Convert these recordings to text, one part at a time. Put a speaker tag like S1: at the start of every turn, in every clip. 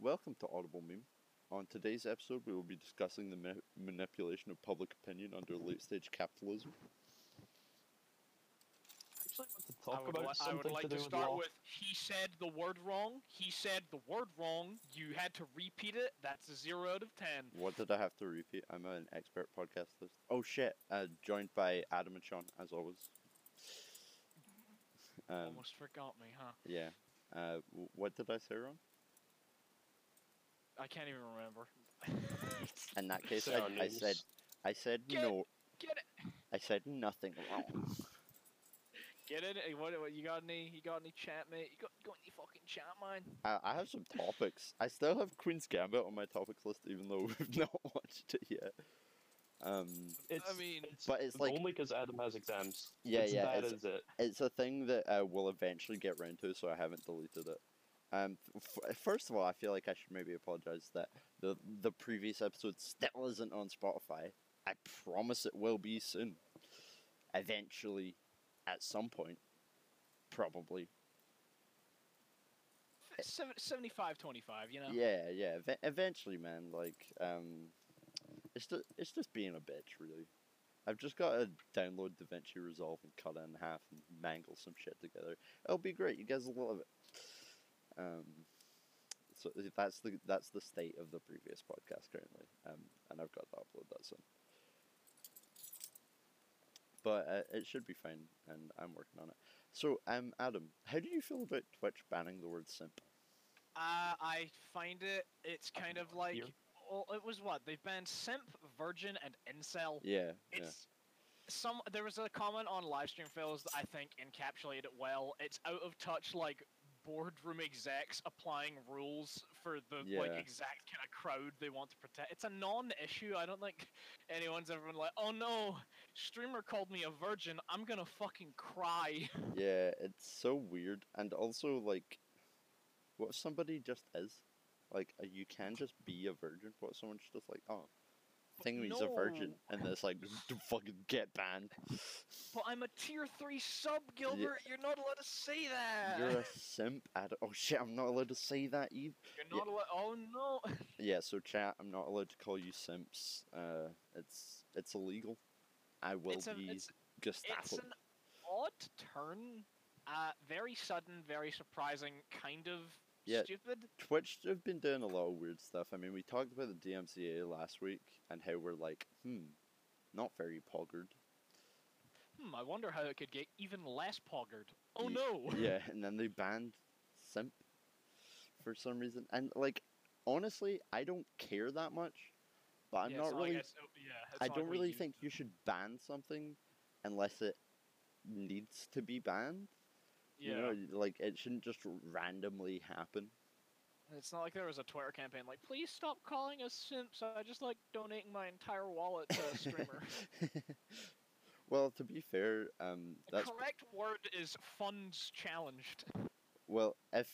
S1: Welcome to Audible Meme. On today's episode, we will be discussing the ma- manipulation of public opinion under late stage capitalism.
S2: to
S3: I
S2: talk
S3: would, li-
S2: about
S3: I
S2: something
S3: would like
S2: to
S3: to,
S2: do with
S3: start
S2: law.
S3: with he said the word wrong. He said the word wrong. You had to repeat it. That's a zero out of ten.
S1: What did I have to repeat? I'm an expert podcaster. Oh shit, uh, joined by Adam and Sean, as always. Um,
S3: Almost forgot me, huh?
S1: yeah. Uh, w- what did I say wrong?
S3: I can't even remember.
S1: In that case,
S4: Sarah
S1: I, I
S4: Nichols.
S1: said, I said
S3: Get-
S1: no.
S3: Get it.
S1: I said nothing wrong.
S3: Get it. Hey, What, what you got any? You got any chat, mate? You got, you got any fucking chat, mine?
S1: I, I have some topics. I still have Queen's Gambit on my topics list, even though we've not watched it yet. Um,
S3: I mean,
S1: but it's like
S4: only because Adam has exams.
S1: Yeah,
S4: It's
S1: yeah,
S4: That
S1: it's-
S4: is it.
S1: it's a thing that uh, we'll eventually get round to, so I haven't deleted it. Um, f- f- first of all, I feel like I should maybe apologize that the the previous episode still isn't on Spotify. I promise it will be soon. Eventually, at some point, probably.
S2: Eh.
S3: f- seven- 75 25, you know?
S1: Yeah, yeah. ev- eventually, man. Like, um, it's just it's just being a bitch, really. I've just got to download DaVinci Resolve and cut it in half and mangle some shit together. It'll be great. You guys will love it. Um, so eh, that's the that's the state of the previous podcast currently, um, and I've got to upload that soon. But uh, it should be fine, and I'm working on it. So, um, Adam, how do you feel about Twitch banning the word simp?
S3: Uh, I find it, it's kind of like.
S4: Here.
S3: Well, it was what? They've banned simp, virgin, and incel.
S1: Yeah, yeah.
S3: It's some. There was a comment on livestream fails that I think encapsulated it well. It's out of touch, like boardroom execs applying rules for the like
S1: Yeah.
S3: exact kind of crowd they want to protect. It's a non-issue. I don't think anyone's ever been like, "Oh no, streamer called me a virgin. I'm gonna fucking cry."
S1: Yeah, it's so weird, and also like, what if somebody just is? Like, uh, you can just be a virgin. What if someone's just like, oh, thing he's a virgin, and it's like, fucking get banned.
S3: But I'm a tier three sub, Gilbert. You're not allowed to say that.
S1: You're a simp. Adam. Oh shit, I'm not allowed to say that either.
S3: You're not allowed. Oh no.
S1: Yeah, so chat, I'm not allowed to call you simps. Uh, it's it's illegal. I will
S3: It's a-
S1: be
S3: it's- It's
S1: Gestapo.
S3: an odd turn. Uh, very sudden, very surprising, kind of
S1: Yeah.
S3: stupid.
S1: Twitch have been doing a lot of weird stuff. I mean, we talked about the DMCA last week and how we're like, hmm, not very poggered.
S3: Hmm, I wonder how it could get even less poggered. Oh
S1: Ye-
S3: no!
S1: Yeah, and then they banned simp for some reason. And like, honestly, I don't care that much, but I'm
S3: Yeah,
S1: not
S3: it's like
S1: really.
S3: it's- oh, yeah, it's
S1: I
S3: not
S1: don't
S3: like
S1: really
S3: we
S1: think
S3: use-
S1: you should ban something unless it needs to be banned.
S3: Yeah,
S1: You know, like it shouldn't just randomly happen.
S3: it's not like there was a Twitter campaign like, "Please stop calling us simps." I just like donating my entire wallet to a streamer.
S1: Well, to be fair, um,
S3: the
S1: that's
S3: correct word is funds challenged.
S1: Well, if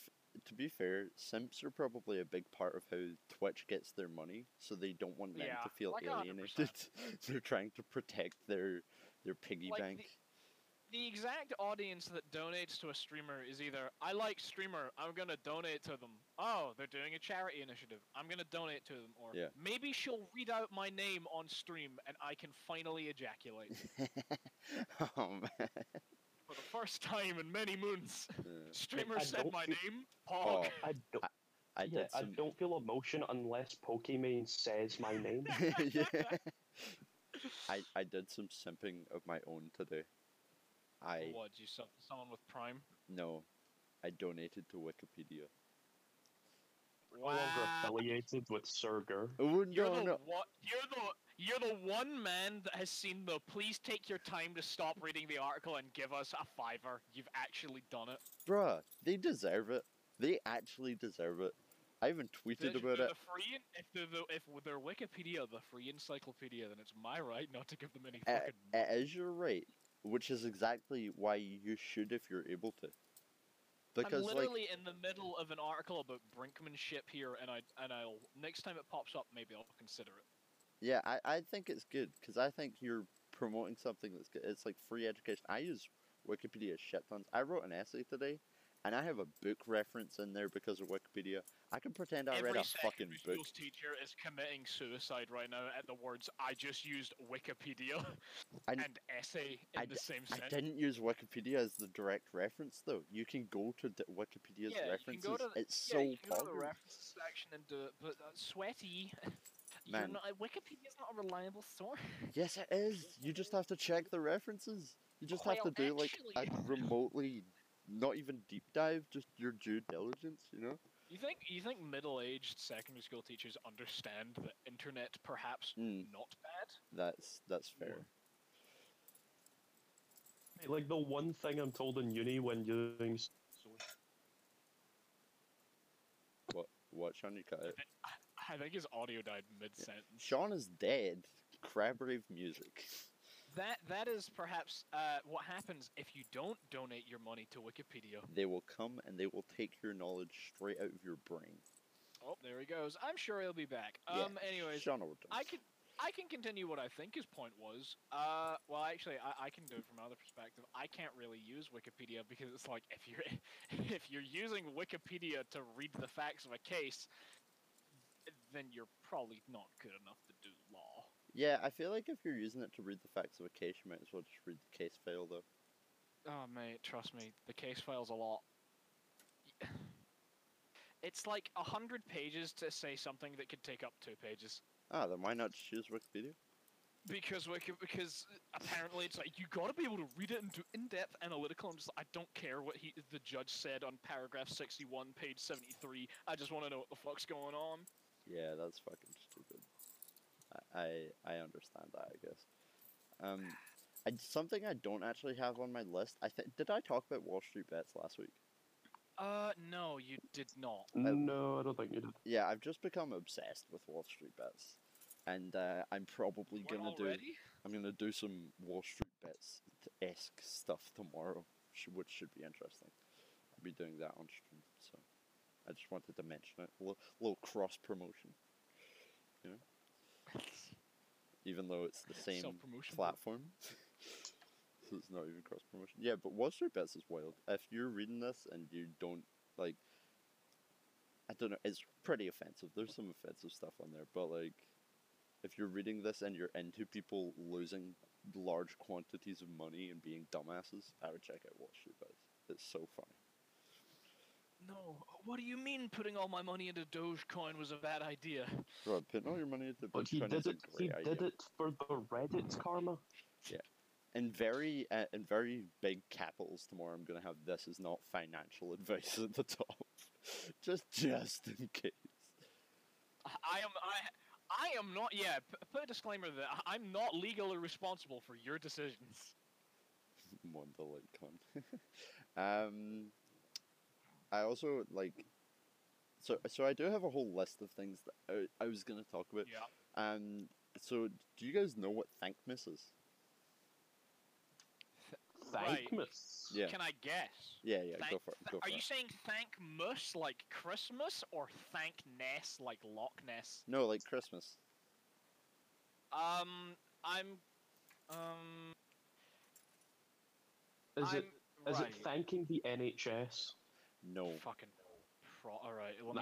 S1: to be fair, simps are probably a big part of how Twitch gets their money, so they don't want men
S3: Yeah,
S1: to feel
S3: like a hundred
S1: alienated. They're trying to protect their their piggy
S3: Like
S1: bank.
S3: the- The exact audience that donates to a streamer is either I like streamer, I'm gonna donate to them. Oh, they're doing a charity initiative, I'm gonna donate to them, or
S1: Yeah.
S3: maybe she'll read out my name on stream and I can finally ejaculate
S1: oh man.
S3: for the first time in many moons.
S1: Yeah.
S3: Streamer
S4: Like, I
S3: said
S4: don't
S3: my
S4: think-
S3: name,
S1: Oh,
S3: Pog.
S4: I don't.
S1: I
S4: yeah,
S1: did some.
S4: I don't feel emotion unless Pokemon says my name.
S1: yeah. I I did some simping of my own today. I
S3: What? You sub someone with Prime?
S1: no, I donated to Wikipedia.
S4: We're no longer affiliated with Serger.
S1: Oh no,
S3: You're the
S1: no.
S3: one. You're the. You're the one man that has seen the. Please take your time to stop reading the article and give us a fiver. You've actually done it.
S1: bruh, they deserve it. They actually deserve it. I even tweeted
S3: If
S1: about
S3: they're
S1: it.
S3: The free, if they're the, if they're Wikipedia, the free encyclopedia, then it's my right not to give them any
S1: Uh,
S3: fucking.
S1: as you're right, which is exactly why you should if you're able to. Because
S3: I'm
S1: like,
S3: literally in the middle of an article about Brinkmanship here, and I and I'll next time it pops up, maybe I'll consider it.
S1: yeah, I, I think it's good because I think you're promoting something that's good. It's like free education. I use Wikipedia shit tons. I wrote an essay today, and I have a book reference in there because of Wikipedia. I can pretend I
S3: Every
S1: read a fucking
S3: secondary
S1: book.
S3: school's teacher is committing suicide right now at the words "I just used Wikipedia"
S1: And-
S3: and, essay in
S1: I
S3: the
S1: d-
S3: same
S1: I
S3: sentence.
S1: didn't use Wikipedia as the direct reference though. You can go to d- Wikipedia's
S3: Yeah, you can
S1: references.
S3: go to the-
S1: it's
S3: yeah,
S1: so
S3: you can go to the
S1: popular.
S3: references section and do it, but uh, sweaty.
S1: Man.
S3: You're not, Wikipedia's not a reliable source.
S1: Yes, it is. You just have to check the references. You just have to
S3: Well,
S1: do like a
S3: actually-
S1: remotely, not even deep dive, just your due diligence. You know.
S3: You think you think middle-aged secondary school teachers understand the internet perhaps
S1: Hmm,
S3: not bad?
S1: that's that's fair.
S4: Like the one thing I'm told in uni when doing s-
S1: What? What? Sean, you cut it.
S3: I think his audio died mid-sentence.
S1: Sean is dead. Crab rave music.
S3: That that is perhaps uh, what happens if you don't donate your money to Wikipedia.
S1: They will come and they will take your knowledge straight out of your brain.
S3: Oh, there he goes. I'm sure he'll be back.
S1: Yeah,
S3: Um, anyways,
S1: Sean Overton.
S3: I can I can continue what I think his point was. Uh, well, actually, I, I can do it from another perspective. I can't really use Wikipedia because it's like if you're if you're using Wikipedia to read the facts of a case, then you're probably not good enough to do law.
S1: Yeah, I feel like if you're using it to read the facts of a case, you might as well just read the case file though.
S3: Oh mate, trust me, the case file's a lot. It's like a hundred pages to say something that could take up two pages.
S1: Ah, then why not just use Wikipedia?
S3: Because we because apparently it's like you got to be able to read it and do in-depth analytical. I'm just like, I don't care what he the judge said on paragraph 61, page 73. I just want to know what the fuck's going on.
S1: Yeah, that's fucking stupid. I I, I understand that, I guess. Um, I, something I don't actually have on my list. I think did I talk about Wall Street bets last week?
S3: Uh, no, you did not.
S4: No, I don't think you did.
S1: Yeah, I've just become obsessed with Wall Street bets, and uh, I'm probably
S3: Weren't
S1: gonna do
S3: already?
S1: I'm gonna do some Wall Street bets esque stuff tomorrow, sh- which should be interesting. I'll be doing that on stream, so I just wanted to mention it. A little cross promotion, you know, even though it's the same
S3: Self-promotion, bro.
S1: platform. so it's not even cross promotion. Yeah, but Wall Street Bets is wild. If you're reading this and you don't like, I don't know, it's pretty offensive. There's some offensive stuff on there, but like, if you're reading this and you're into people losing large quantities of money and being dumbasses, I would check out Wall Street Bets. It's so funny.
S3: No. What do you mean putting all my money into Dogecoin was a bad idea?
S1: Bro, putting all your money into
S4: But he
S1: Bitcoin is
S4: did
S1: a
S4: it. He
S1: great idea.
S4: did it for the Reddit karma.
S1: in very uh, in very big capitals tomorrow. I'm gonna have this is not financial advice at the top, just just in case.
S3: I am I I am not. Yeah, p- put a disclaimer that I- I'm not legally responsible for your decisions.
S1: Mondale con. um, I also like. So, so I do have a whole list of things that I, I was gonna talk about.
S3: Yeah.
S1: Um, so do you guys know what Thankmas is?
S3: Right.
S4: Thank me.
S1: Yeah,
S3: Can I guess?
S1: yeah, yeah. go
S3: Thank-
S1: for it. Go for
S3: Are
S1: it.
S3: you saying thank Mus like Christmas or thank Ness like Loch Ness?
S1: No, like Christmas.
S3: Um, I'm, um,
S4: Is
S3: I'm
S4: it is
S3: right.
S4: it thanking the NHS?
S1: No.
S3: Fucking pro. All right, let me.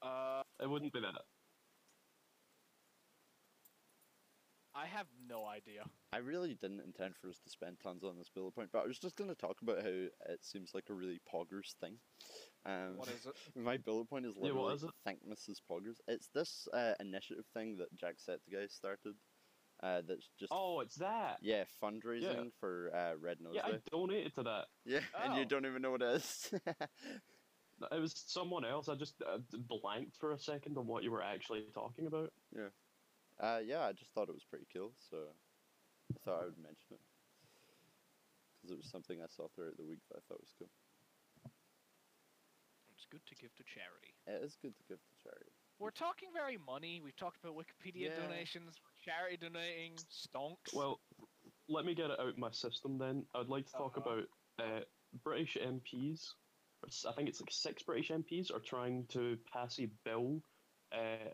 S4: Nah,
S3: Uh,
S4: it wouldn't be that.
S3: I have no idea.
S1: I really didn't intend for us to spend tons on this bullet point, but I was just going to talk about how it seems like a really poggers thing. Um,
S3: What is it?
S1: my bullet point is
S4: Yeah,
S1: literally
S4: what is it?
S1: thank Mrs. Poggers. It's this uh, initiative thing that Jack Setguy started. Uh, that's just
S4: Oh, it's that.
S1: yeah fundraising for uh, Red Nose
S4: Yeah, I
S1: Day.
S4: donated to that.
S1: Yeah, and you
S3: Oh.
S1: don't even know what it is.
S4: It was someone else. I just uh, blanked for a second on what you were actually talking about.
S1: uh, yeah, I just thought it was pretty cool, so I thought I would mention it because it was something I saw throughout the week that I thought was cool.
S3: It's good to give to charity.
S1: It is good to give to charity.
S3: We're talking very money. We've talked about Wikipedia
S1: Yeah.
S3: donations, charity donating, stonks.
S4: Well, let me get it out my system then. I'd like to talk
S3: Uh-huh.
S4: about uh, British MPs. or s- I think it's like six British MPs are trying to pass a bill uh,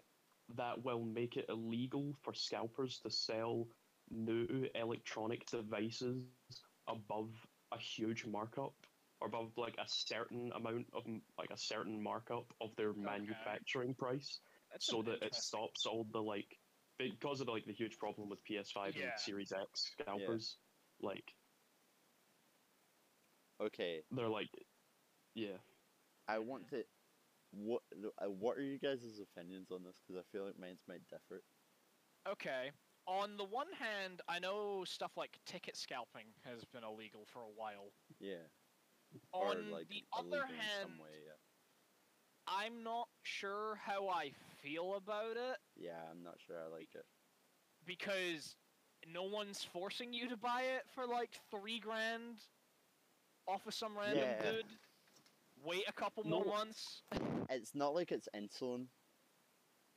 S4: that will make it illegal for scalpers to sell new electronic devices above a huge markup. or above like a certain amount of m- like a certain markup of their manufacturing price,
S3: That's
S4: so
S3: an
S4: that it
S3: interest-
S4: stops all the like because of like the huge problem with PS5
S3: Yeah.
S4: and Series X scalpers, like
S1: Okay,
S4: they're like, yeah,
S1: I want to. What uh, what are you guys' opinions on this? Because I feel like mine's might differ.
S3: Okay. On the one hand, I know stuff like ticket scalping has been illegal for a while.
S1: Yeah.
S3: On
S1: or like
S3: the
S1: illegal
S3: other
S1: in
S3: hand,
S1: some way. Yeah.
S3: I'm not sure how I feel about it
S1: yeah, I'm not sure. I like it.
S3: because no one's forcing you to buy it for like three grand off of some random
S1: Yeah.
S3: dude. Wait a couple
S4: No.
S3: more months.
S1: It's not like it's insulin.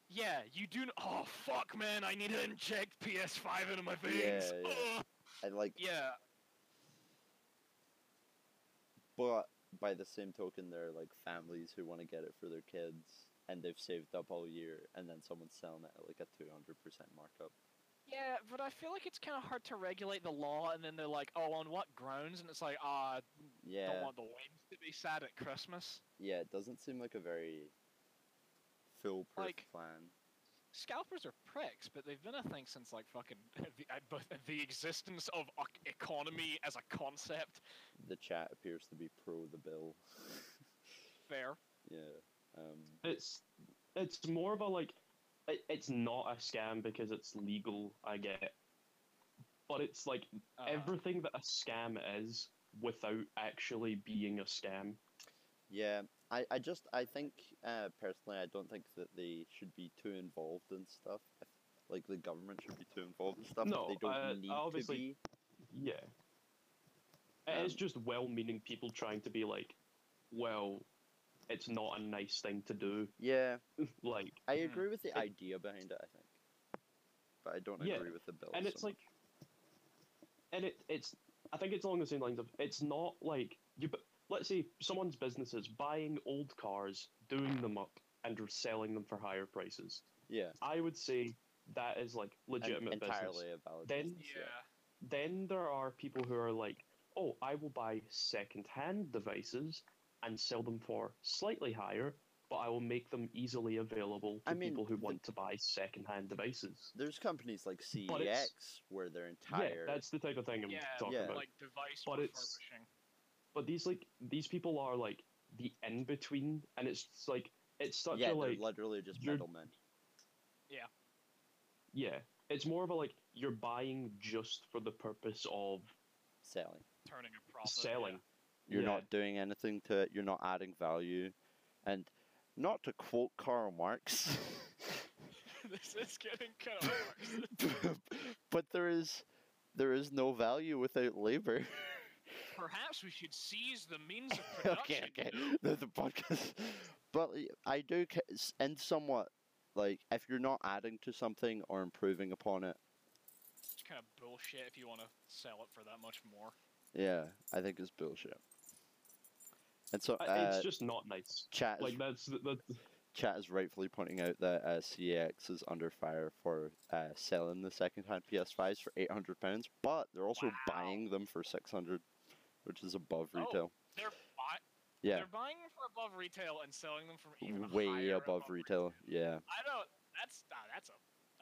S3: Yeah, you do. N- oh fuck, man! I need to inject PS5 into my veins.
S1: Yeah, yeah.
S3: Ugh.
S1: I like,
S3: yeah.
S1: but by the same token, there are like families who want to get it for their kids, and they've saved up all year, and then someone's selling it at like a two hundred percent markup.
S3: Yeah, but I feel like it's kind of hard to regulate the law, and then they're like, "Oh, on what grounds?" And it's like, "Ah,
S1: Yeah,
S3: don't want the wings to be sad at Christmas."
S1: yeah. It doesn't seem like a very foolproof
S3: Like-
S1: plan.
S3: Scalpers are pricks, but they've been a thing since like fucking the, I- but the existence of ec- economy as a concept.
S1: The chat appears to be pro the bill.
S3: Fair.
S1: yeah. Um,
S4: it's it's more of a like it, it's not a scam because it's legal. I get it, but it's like
S3: Uh,
S4: everything that a scam is without actually being a scam.
S1: yeah. I, I just I think uh, personally I don't think that they should be too involved in stuff. I th- Like the government should be too involved in stuff. if
S4: No,
S1: they don't
S4: uh,
S1: need
S4: obviously-
S1: to be.
S4: Yeah. It is
S1: Um,
S4: just well meaning people trying to be like, well, it's not a nice thing to do.
S1: Yeah,
S4: Like,
S1: I
S3: Mhm.
S1: agree with the idea behind it. I think, but I don't
S4: Yeah,
S1: agree with the bill.
S4: and
S1: so
S4: it's like, and it, it's, I think it's along the same lines of, it's not like, you, bu- let's say someone's business is buying old cars, doing them up, and selling them for higher prices.
S1: much. yeah,
S4: I would say that is like
S1: en-
S4: legitimate business.
S1: entirely a valid.
S4: Then-
S1: business,
S3: yeah.
S4: then there are people who are like, oh, I will buy second-hand devices and sell them for slightly higher, but I will make them easily available to
S1: I mean,
S4: people who
S1: the-
S4: want to buy second-hand devices.
S1: There's companies like CEX
S4: it's-
S1: where their entire
S4: Yeah, that's the type of thing I'm
S3: Yeah,
S4: talking
S1: yeah.
S4: about.
S3: like device
S4: But it's-
S3: refurbishing.
S4: but these like these people are like the in between, and it's just, like it's such
S1: yeah,
S4: a
S1: they're
S4: like
S1: literally just
S4: you're-
S1: middlemen.
S4: yeah, it's more of a like you're buying just for the purpose of
S1: selling.
S3: Turning a profit.
S4: selling.
S1: You're
S4: Yeah.
S1: not doing anything to it. You're not adding value, and not to quote Karl Marx,
S3: yeah. this is getting kind of worse.
S1: but there is there is no value without labor.
S3: Perhaps we should seize the means of
S1: okay,
S3: production.
S1: okay.
S3: you know?
S1: The, the podcast. But y- I do, ca- s- and somewhat, like, if you're not adding to something or improving upon it,
S3: It's kind of bullshit if you want to sell it for that much more.
S1: yeah, I think it's bullshit. And so,
S4: I-
S1: uh,
S4: it's just not nice.
S1: chat, is,
S4: Like that's that.
S1: chat is rightfully pointing out that uh, CX is under fire for uh, selling the second-hand PS5s for £800, but they're also
S3: Wow.
S1: buying them for 600 which is above
S3: Oh,
S1: retail.
S3: They're buy-
S1: yeah,
S3: They're buying them for above retail and selling them for even
S1: way
S3: higher
S1: above retail. Yeah.
S3: I don't. That's ah, that's a.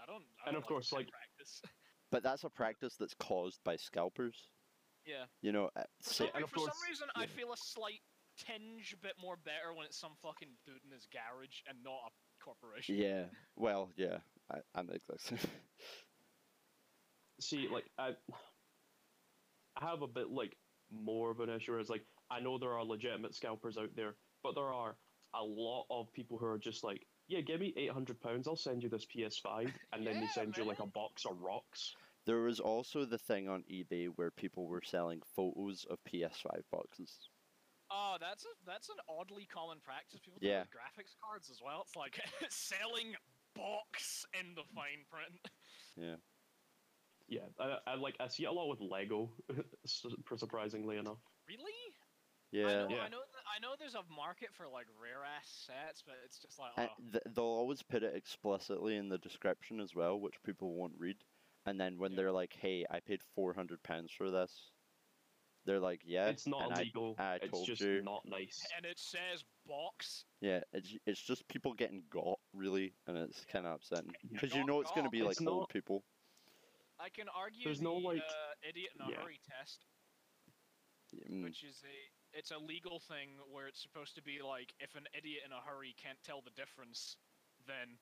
S3: I don't. I
S4: And
S3: don't
S4: of course,
S3: that
S4: like-
S3: practice.
S1: But that's a practice that's caused by scalpers.
S3: Yeah.
S1: You know, uh,
S3: For,
S1: so-
S3: some,
S4: and
S3: re-
S4: of
S3: for some
S4: course-
S3: reason, I
S1: yeah.
S3: feel a slight tinge bit more better when it's some fucking dude in his garage and not a corporation.
S1: Yeah. Well, yeah. I, I'm the exact same.
S4: see like I, I have a bit like more of an issue is like I know there are legitimate scalpers out there, but there are a lot of people who are just like, yeah, give me eight hundred pounds, I'll send you this PS Five, and then they
S3: Yeah,
S4: send you like a box of rocks.
S1: There was also the thing on eBay where people were selling photos of PS5 boxes.
S3: Oh, that's a, that's an oddly common practice. People do
S1: Yeah.
S3: it with graphics cards as well. It's like selling box in the fine print.
S4: Yeah, I, I like I see it a lot with Lego, su- surprisingly enough.
S3: Really? I
S1: Yeah.
S3: know,
S4: Yeah.
S3: I know. th- I know. There's a market for like rare ass sets, but it's just like. Oh,
S1: And Uh, th- they'll always put it explicitly in the description as well, which people won't read. And then when
S3: Yeah.
S1: they're like, "Hey, I paid four hundred pounds for this," They're like, yeah,
S4: it's not
S1: Uh, and I-
S4: illegal.
S1: I
S4: it's
S1: told
S4: just
S1: you.
S4: not nice.
S3: and it says box.
S1: yeah, it's it's just people getting got really, and it's kind of upsetting
S4: Yeah.
S1: because you
S3: Got
S1: know it's gonna
S3: got.
S1: be like
S4: It's
S1: old
S4: not-
S1: people.
S3: I can argue
S4: There's
S3: the
S4: no, like-
S3: uh, idiot in a
S4: yeah.
S3: hurry test,
S1: Mm,
S3: which is a it's a legal thing where it's supposed to be like if an idiot in a hurry can't tell the difference, then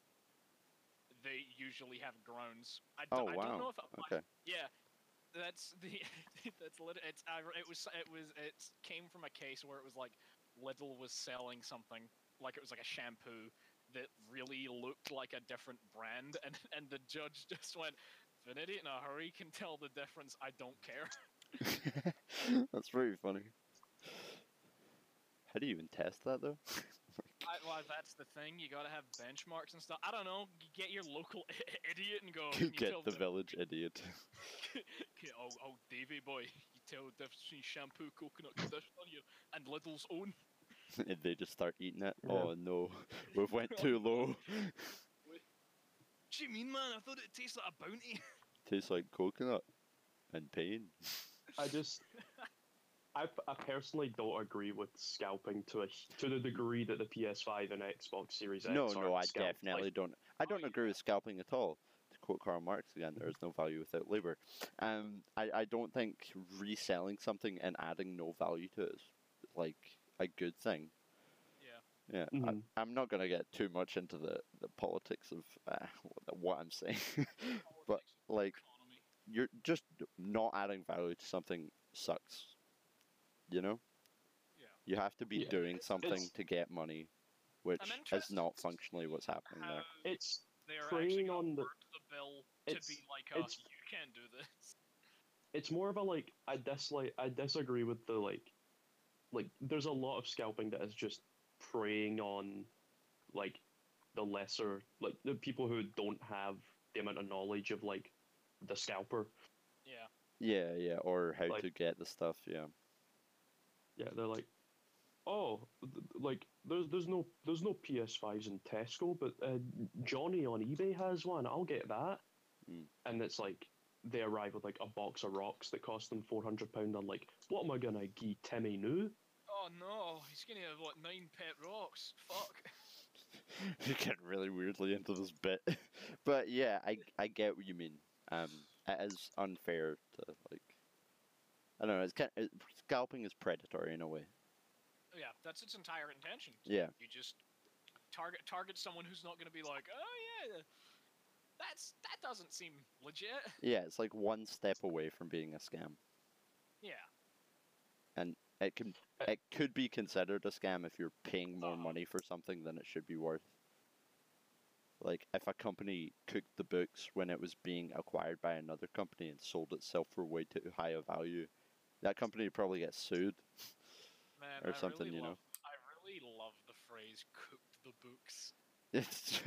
S3: they usually have groans. I, d-
S1: Oh,
S3: I
S1: wow.
S3: don't know if it-
S1: Okay.
S3: Yeah, that's the that's lit- it's I, re- it was it was it came from a case where it was like Lidl was selling something like it was like a shampoo that really looked like a different brand, and and the judge just went, "If an idiot in a hurry can tell the difference, I don't care."
S1: That's very funny. How do you even test that though?
S3: I, well, that's the thing. You gotta have benchmarks and stuff. I don't know. You get your local idiot and go. "Can Oh, you
S1: Get
S3: tell
S1: the village idiot.
S3: Okay, oh, oh, Davy boy, you tell the difference between shampoo, coconut conditioner, you- and Lidl's own.
S1: and they just start eating it.
S4: Yeah.
S1: Oh no, we've went too low.
S3: What do you mean, man? I thought it tastes like a bounty.
S1: Tastes like coconut and pain.
S4: I just, I, p- I personally don't agree with scalping to a, h- to the degree that the PS5 and Xbox Series X
S1: no,
S4: are
S1: no, I
S4: scalped. Like,
S1: definitely don't. I
S3: Oh,
S1: don't
S3: yeah.
S1: agree with scalping at all. To quote Karl Marx again, there is no value without labor. Um, I, I don't think reselling something and adding no value to it is like a good thing.
S3: Yeah.
S1: Yeah,
S4: Mhm.
S1: I, I'm not going to get too much into the, the politics of uh, what- what I'm saying, but
S3: Oh,
S1: like
S3: Economy.
S1: you're just not adding value to something sucks. You know?
S3: Yeah.
S1: You have to be
S4: Yeah.
S1: doing something
S4: It's-
S1: to get money, which is
S3: interested
S1: not
S3: to
S1: functionally what's happening
S3: How
S1: there.
S4: it's
S3: they are
S4: preying
S3: actually gonna
S4: on the-
S3: work the bill to
S4: it's-
S3: be like, oh,
S4: it's-
S3: you can do this.
S4: it's more of a like I dislike I disagree with the like like there's a lot of scalping that is just preying on like the lesser like the people who don't have the amount of knowledge of like the scalper.
S3: Yeah.
S1: Yeah, yeah, or how
S4: Like-
S1: to get the stuff, yeah.
S4: Yeah, they're like oh th- like there's there's no there's no PS5s in Tesco, but uh, Johnny on eBay has one. I'll get that.
S1: Mm.
S4: And it's like they arrive with like a box of rocks that cost them four hundred pound. I'm like, what am I gonna gee Timmy new?
S3: Oh no, he's gonna have what nine pet rocks? Fuck.
S1: you get really weirdly into this bit. but yeah, I I get what you mean. Um it is unfair to like I don't know, it's kind it, scalping is predatory in a way.
S3: Yeah, that's its entire intention.
S1: Yeah.
S3: You just target target someone who's not gonna be like, oh yeah, that's that doesn't seem legit.
S1: Yeah, it's like one step away from being a scam.
S3: Yeah.
S1: It can
S4: Uh,
S1: it could be considered a scam if you're paying more
S3: Uh-huh.
S1: money for something than it should be worth. Like if a company cooked the books when it was being acquired by another company and sold itself for way too high a value, that company would probably get sued.
S3: Man,
S1: Or
S3: I
S1: something,
S3: really
S1: you know.
S3: love, I really love the phrase "cooked the books."
S1: It's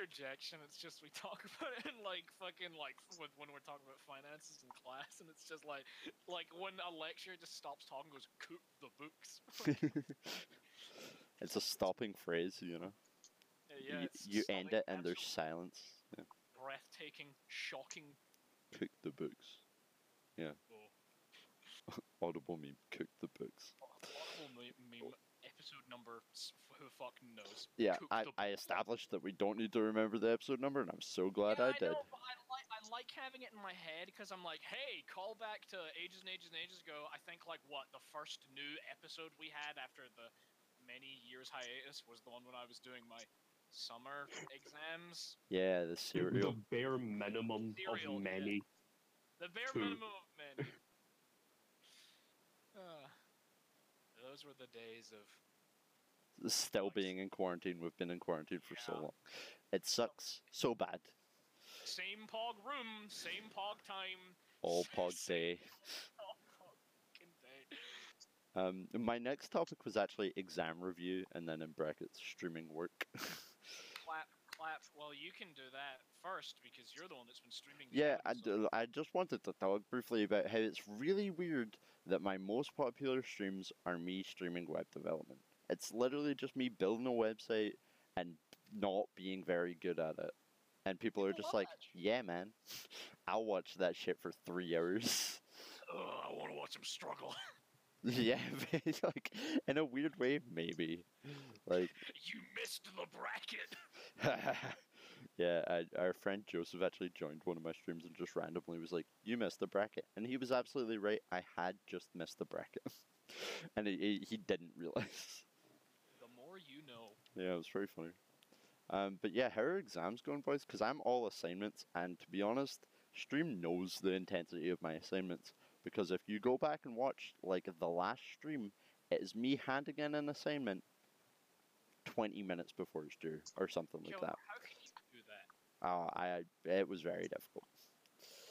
S3: Interjection. It's just we talk about it in like fucking like when, when we're talking about finances in class, and it's just like like when a lecturer just stops talking, and goes "cook the books."
S1: it's a stopping phrase, you know.
S3: yeah,
S1: you
S3: it's
S1: you end
S3: something
S1: it and there's
S3: absolutely
S1: silence. Yeah.
S3: breathtaking, shocking.
S1: Cook the books.
S3: Oh,
S1: Audible meme. Cook the books.
S3: audible me- meme episode number. s- Who the fuck knows?
S1: Yeah,
S3: Cook
S1: I,
S3: the
S1: I established that we don't need to remember the episode number, and I'm so glad I,
S3: yeah, I,
S1: did.
S3: Know, but I, like, I like having it in my head because I'm like, hey, call back to ages and ages and ages ago. I think like what the first new episode we had after the many years hiatus was the one when I was doing my summer exams.
S1: Yeah, the
S4: The
S1: cereal.
S4: bare minimum of
S3: Cereal, yeah.
S4: many.
S3: The bare
S4: Two.
S3: minimum of many. Ah, those were the days of
S1: Still
S3: Nice.
S1: being in quarantine. We've been in quarantine for so
S3: Yeah.
S1: long. It sucks so bad.
S3: same pog room, same pog time.
S1: All pog day.
S3: all fucking day.
S1: Um, my next topic was actually exam review, and then in brackets, streaming work.
S3: Clap, clap. Well, you can do that first because you're the one that's been streaming. the
S1: Yeah, I,
S3: episode.
S1: d- I just wanted to talk briefly about how it's really weird that my most popular streams are me streaming web development. It's literally just me building a website and not being very good at it. And people are
S3: People
S1: just
S3: love
S1: like,
S3: that shit.
S1: yeah, man, I'll watch that shit for three hours.
S3: Ugh, I want to watch him struggle.
S1: yeah, it's like in a weird way, maybe. Like,
S3: you missed the bracket.
S1: yeah, I, our friend Joseph actually joined one of my streams and just randomly was like, "You missed the bracket," and he was absolutely right. I had just missed the bracket, and he he, he didn't realize.
S3: The more you know.
S1: Yeah, it was very funny. Um, but yeah, how are exams going, boys? Because I'm all assignments, and to be honest, stream knows the intensity of my assignments. Because if you go back and watch like the last stream, it is me handing in an assignment twenty minutes before it's due or something like
S3: Yo,
S1: that.
S3: How can you do that?
S1: Uh, I it was very difficult.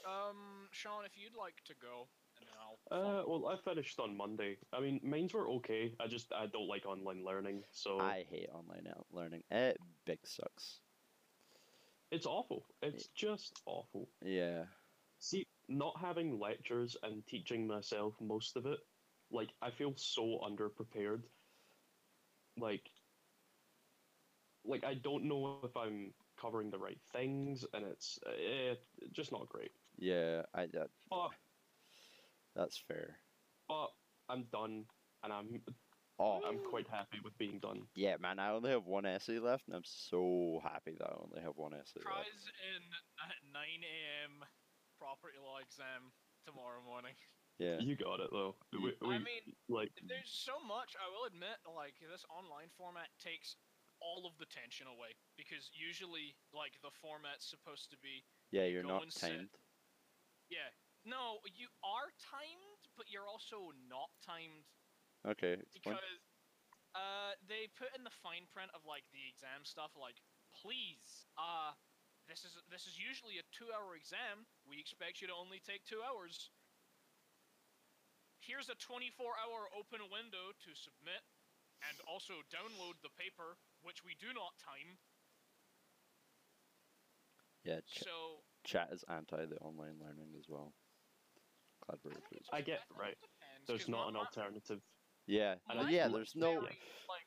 S3: Um, Sean, if you'd like to go, and then I'll.
S4: Uh,
S3: follow.
S4: well, I finished on Monday. I mean, mines were okay. I just I don't like online learning,
S3: Oh.
S4: so
S1: I hate online out- learning. It big sucks.
S4: it's awful. It's just awful.
S1: Yeah.
S4: See, not having lectures and teaching myself most of it, like I feel so underprepared. Like, like I don't know if I'm covering the right things, and it's eh, just not great.
S1: Yeah. I that,
S4: But
S1: that's fair.
S4: but I'm done, and I'm
S1: Oh
S4: I'm quite happy with being done.
S1: yeah, man. I only have one essay left, and I'm so happy that I only have one essay left.
S3: Prize in uh, at 9 a.m. property law exam tomorrow morning.
S1: Yeah.
S4: You got it though. We, we,
S3: I mean,
S4: like
S3: there's so much. I will admit, like this online format takes all of the tension away because usually, like the format's supposed to be,
S1: Yeah. You're
S3: go
S1: not
S3: and sit.
S1: timed.
S3: yeah, no, you are timed, but you're also not timed
S1: Okay. explain.
S3: because uh, they put in the fine print of like the exam stuff like please uh this is this is usually a 2 hour exam we expect you to only take 2 hours here's a 24 hour open window to submit and also download the paper which we do not time
S1: Yeah. Ch-
S3: so
S1: chat is anti the online learning as well. Glad we're
S3: I think it
S1: agreed.
S3: just-
S4: I get-
S3: think it
S4: right.
S3: depends,
S4: there's
S3: 'cause
S4: not
S3: my-
S4: an
S3: my-
S4: alternative.
S1: Yeah.
S4: And I
S1: yeah.
S4: think-
S1: There's no.
S3: very, like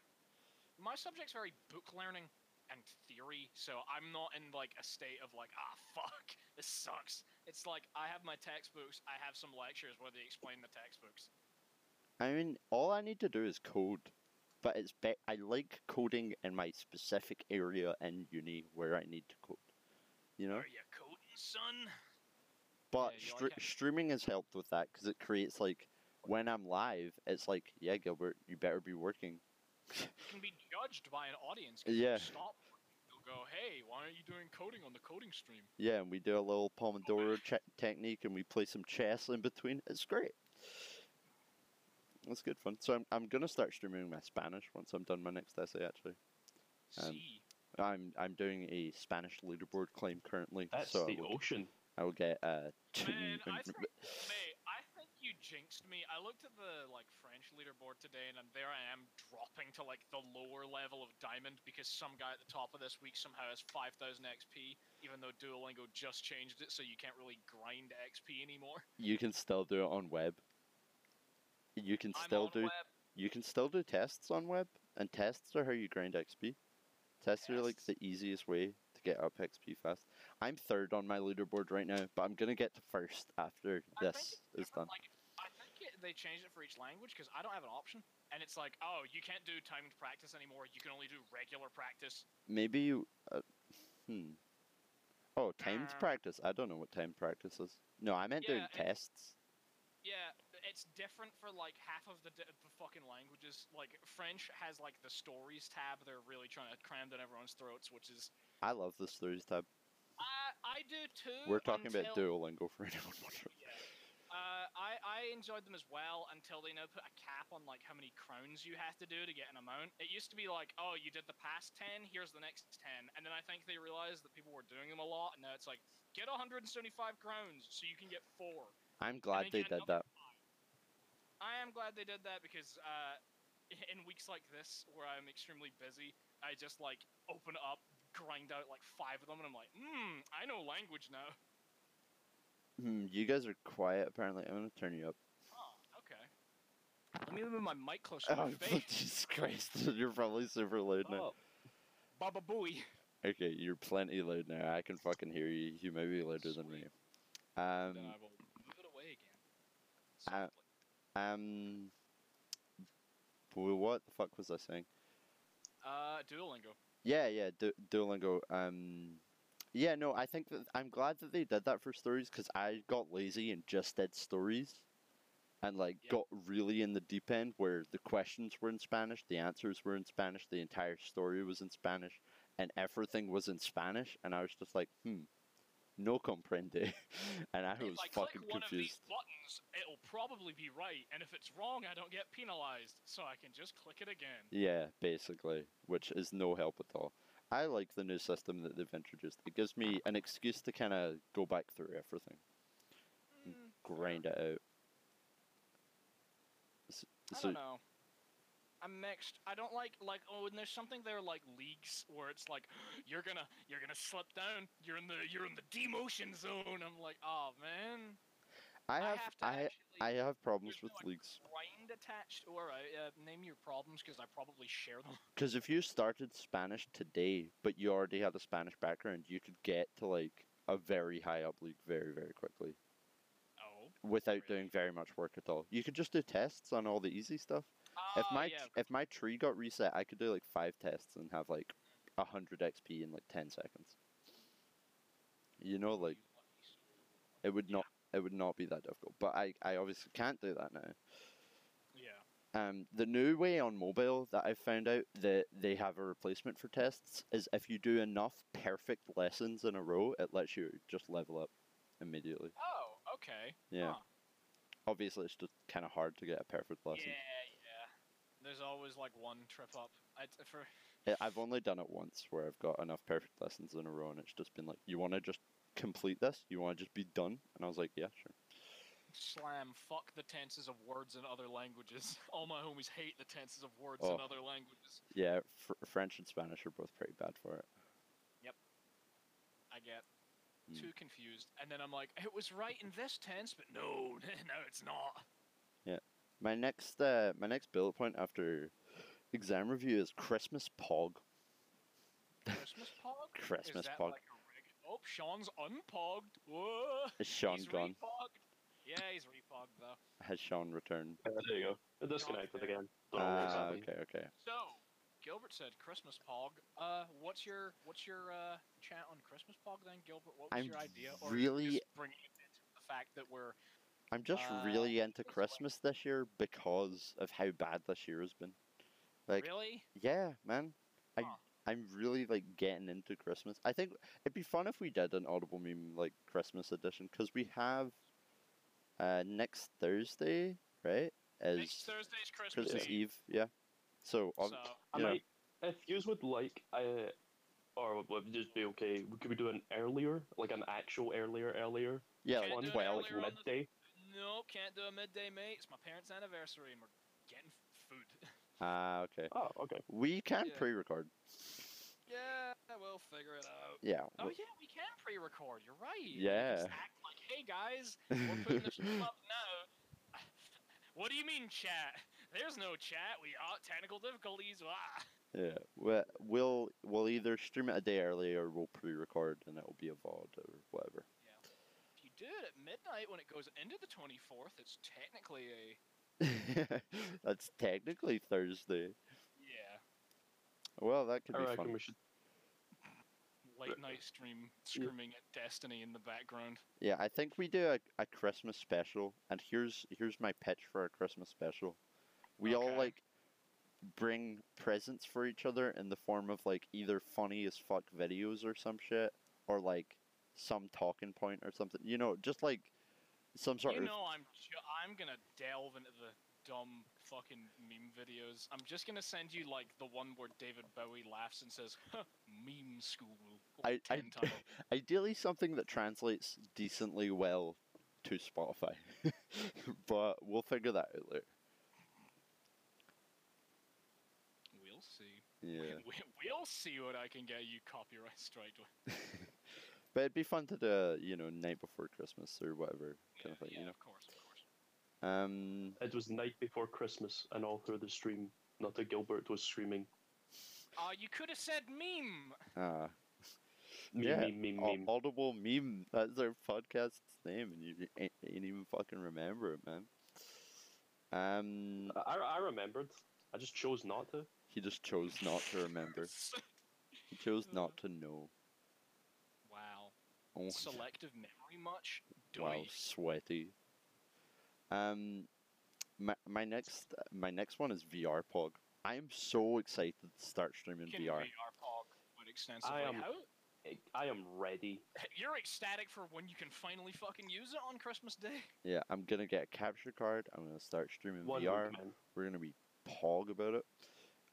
S3: my subject's very book learning and theory, so I'm not in like a state of like ah fuck this sucks. It's like I have my textbooks, I have some lectures where they explain the textbooks.
S1: I mean, all I need to do is code, but it's be- I like coding in my specific area in uni where I need to code. You know,
S3: Are you coding, son?
S1: but
S3: yeah, you
S1: stre-
S3: like it.
S1: streaming has helped with that because it creates like when I'm live, it's like, yeah, Gilbert, you better be working.
S3: You can be judged by an audience. 'cause if you
S1: Yeah.
S3: Stop. They'll go, hey, why aren't you doing coding on the coding stream?
S1: Yeah, and we do a little Pomodoro che- technique and we play some chess in between. It's great. That's good fun. So I'm I'm gonna start streaming my Spanish once I'm done my next essay. Actually, Um,
S3: See,
S1: I'm I'm doing a Spanish leaderboard claim currently.
S4: That's
S1: so I
S4: the
S1: will-
S4: ocean.
S1: I will get uh two.
S3: man, I think, mate, I think you jinxed me. I looked at the like French leaderboard today, and I'm, there I am dropping to like the lower level of diamond because some guy at the top of this week somehow has 5,000 XP, even though Duolingo just changed it, so you can't really grind XP anymore.
S1: you can still do it on web. You can
S3: I'm
S1: still
S3: on
S1: do
S3: web.
S1: you can still do tests on web, and tests are how you grind XP. Tests are like the
S3: Tests.
S1: easiest way to get up XP fast. I'm third on my leaderboard right now, but I'm gonna get to first after
S3: I think
S1: this
S3: it's
S1: is done.
S3: different, Like, I think it, they changed it for each language because I don't have an option, and it's like, oh, you can't do timed practice anymore. You can only do regular practice.
S1: Maybe you, uh, hmm. Oh, timed
S3: Uh.
S1: practice. I don't know what timed practice is. No, I meant doing
S3: Yeah, it-
S1: tests.
S3: Yeah, it's different for like half of the, d- the fucking languages. Like French has like the stories tab. They're really trying to cram down everyone's throats, which is
S1: I love this stories tab.
S3: I I do too.
S1: We're talking about
S3: until-
S1: Duolingo for anyone wondering.
S3: Yeah. Uh, I I enjoyed them as well until they now put a cap on like how many crowns you have to do to get an amount. It used to be like, oh, you did the past ten, here's the next ten, and then I think they realized that people were doing them a lot, and now it's like get 175 crowns so you can get four.
S1: I'm glad they
S3: again,
S1: did
S3: no-
S1: that.
S3: I am glad they did that because uh, in weeks like this where I'm extremely busy, I just like open it up, grind out like five of them, and I'm like, hmm, I know language now.
S1: Hmm, you guys are quiet apparently. I'm gonna turn you up.
S3: Oh, okay. Let me move my mic closer to
S1: Oh,
S3: my face.
S1: Jesus Christ! You're probably super loud now.
S4: Oh,
S3: Baba Booey.
S1: Okay, you're plenty loud now. I can fucking hear you. You may be louder than me.
S3: Then
S1: Um,
S3: I will move it away again.
S1: Uh, Um, boy, what the fuck was I saying?
S3: Uh, Duolingo.
S1: Yeah, yeah, Du- Duolingo. Um, yeah, no, I think that I'm glad that they did that for stories because I got lazy and just did stories, and like
S3: Yeah.
S1: got really in the deep end where the questions were in Spanish, the answers were in Spanish, the entire story was in Spanish, and everything was in Spanish, and I was just like, hmm, no comprende, and I was
S3: if I
S1: fucking
S3: click one of
S1: confused.
S3: these buttons, it'll probably be right, and if it's wrong, I don't get penalized, so I can just click it again.
S1: Yeah, basically, which is no help at all. I like the new system that they've introduced. It gives me an excuse to kind of go back through everything,
S3: Mm,
S1: grind it out. S-
S3: I
S1: So,
S3: don't know. I'm mixed. I don't like like oh, and there's something there like leagues where it's like you're gonna you're gonna slip down. You're in the you're in the demotion zone. I'm like, oh man.
S1: I have
S3: to
S1: I
S3: actually
S1: I have problems
S3: there's
S1: with
S3: no one-
S1: leagues
S3: grind attached. All right, uh, name your problems because I probably share them.
S1: because if you started Spanish today, but you already had a Spanish background, you could get to like a very high up league very very quickly
S3: Oh.
S1: without
S3: Really?
S1: doing very much work at all. You could just do tests on all the easy stuff. if
S3: Ah,
S1: my
S3: yeah,
S1: tr- if my tree got reset, I could do like five tests and have like a hundred XP in like ten seconds. You know, like
S3: you lucky son.
S1: it would
S3: Yeah.
S1: not it would not be that difficult. But I, I obviously can't do that now.
S3: yeah.
S1: Um, the new way on mobile that I found out that they have a replacement for tests is if you do enough perfect lessons in a row, it lets you just level up immediately.
S3: Oh, okay.
S1: Yeah.
S3: Huh.
S1: Obviously, it's just kind of hard to get a perfect lesson.
S3: Yeah, yeah. There's always like one trip up. I, for
S1: I- I've only done it once where I've got enough perfect lessons in a row, and it's just been like, you want to just complete this? You want to just be done? And I was like, yeah, sure.
S3: slam, fuck the tenses of words in other languages. All my homies hate the tenses of words
S1: Oh.
S3: in other languages.
S1: Yeah, fr- French and Spanish are both pretty bad for it.
S3: I get
S1: Hmm.
S3: too confused, and then I'm like, it was right in this tense, but no, no, it's not.
S1: My next, uh, my next bullet point after exam review is Christmas pog.
S3: Christmas pog.
S1: Christmas
S3: is that
S1: pog.
S3: Like a reg- oh, Sean's unpogged. Whoa.
S1: Is Sean
S3: he's
S1: gone?
S3: repogged. Yeah, he's repogged though.
S1: Has Sean returned?
S4: Uh, there you go. Disconnected again. Don't know what's
S1: Ah,
S4: happening.
S1: okay, okay.
S3: So, Gilbert said Christmas pog. Uh, what's your what's your uh, chat on Christmas pog then, Gilbert? What was
S1: I'm
S3: your idea? Or
S1: really-
S3: just bringing it into the fact that we're
S1: I'm just
S3: Uh,
S1: really into
S3: it's like-
S1: Christmas this year because of how bad this year has been. Like,
S3: really
S1: Yeah, man. I
S3: Huh.
S1: I'm really like getting into Christmas. I think it'd be fun if we did an audible meme like Christmas edition because we have uh next Thursday, right? Is
S3: next Thursday's Christmas,
S1: Christmas
S3: Eve.
S1: Eve. Yeah. So, ob-
S3: So,
S4: I
S1: you know,
S4: might, if you would like, uh, or would- would just be okay, could we do an earlier, like an actual earlier, earlier?
S1: yeah,
S3: Can I
S1: like
S3: do it
S1: twelve.
S4: like
S3: earlier on the-
S4: midday.
S3: no, can't do a midday, mate. It's my parents' anniversary, and we're getting food.
S1: Ah, okay.
S4: Oh, okay.
S1: We can
S3: Yeah.
S1: pre-record.
S3: yeah, we'll figure it out.
S1: Yeah.
S3: Oh
S1: w-
S3: yeah, we can pre-record. You're right. We
S1: Yeah.
S3: can Just act like, hey guys, we're putting the stream up now. what do you mean chat? There's no chat. We are technical difficulties. ah. Wah.
S1: yeah. we- We'll we'll either stream it a day early or we'll pre-record and it'll be a VOD or whatever.
S3: If you do it at midnight when it goes into the 24th, it's technically a
S1: That's technically Thursday.
S3: yeah
S1: Well, that could
S4: I
S1: be
S4: reckon
S1: fun.
S4: we should.
S3: late night stream screaming at Destiny in the background.
S1: Yeah, I think we do a, a Christmas special, and here's here's my pitch for our Christmas special. We all
S3: Okay.
S1: like bring presents for each other in the form of like either funny as fuck videos or some shit, or like some talking point or something. You know, just like some sort
S3: You
S1: of
S3: know I'm ju- I'm gonna delve into the dumb fucking meme videos. I'm just gonna send you like the one where David Bowie laughs and says "Huh, meme school. Like,
S1: I- I-
S3: 10 times.
S1: ideally something that translates decently well to Spotify. but we'll figure that out later.
S3: We'll see.
S1: Yeah.
S3: We, we'll see what I can get you copyright strike with.
S1: But it'd be fun to do, a, you know, night before Christmas or whatever kind of thing,
S3: yeah,
S1: you know.
S3: of course, of course.
S1: Um,
S4: It was night before Christmas, and all through the stream, not that Gilbert was screaming,
S3: Uh, you could have said meme.
S1: ah,
S4: meme,
S1: Yeah,
S4: meme, meme,
S1: Au-
S4: meme.
S1: Audible meme. That's our podcast's name, and you ain't, ain't even fucking remember it, man. Um,
S4: I, I remembered. I just chose not to.
S1: he just chose not to remember. He chose not to know.
S3: wow.
S1: Oh,
S3: Selective memory much? Do
S1: wow, sweaty. Um, my my next my next one is VR Pog. I am so excited to start streaming
S3: Can
S1: VR.
S3: VR pog quite extensively.
S4: I am-
S3: How,
S4: I am ready.
S3: you're ecstatic for when you can finally fucking use it on Christmas Day?
S1: Yeah, I'm gonna get a capture card. I'm gonna start streaming
S4: One
S1: VR.
S4: week, man.
S1: We're gonna be pog about it.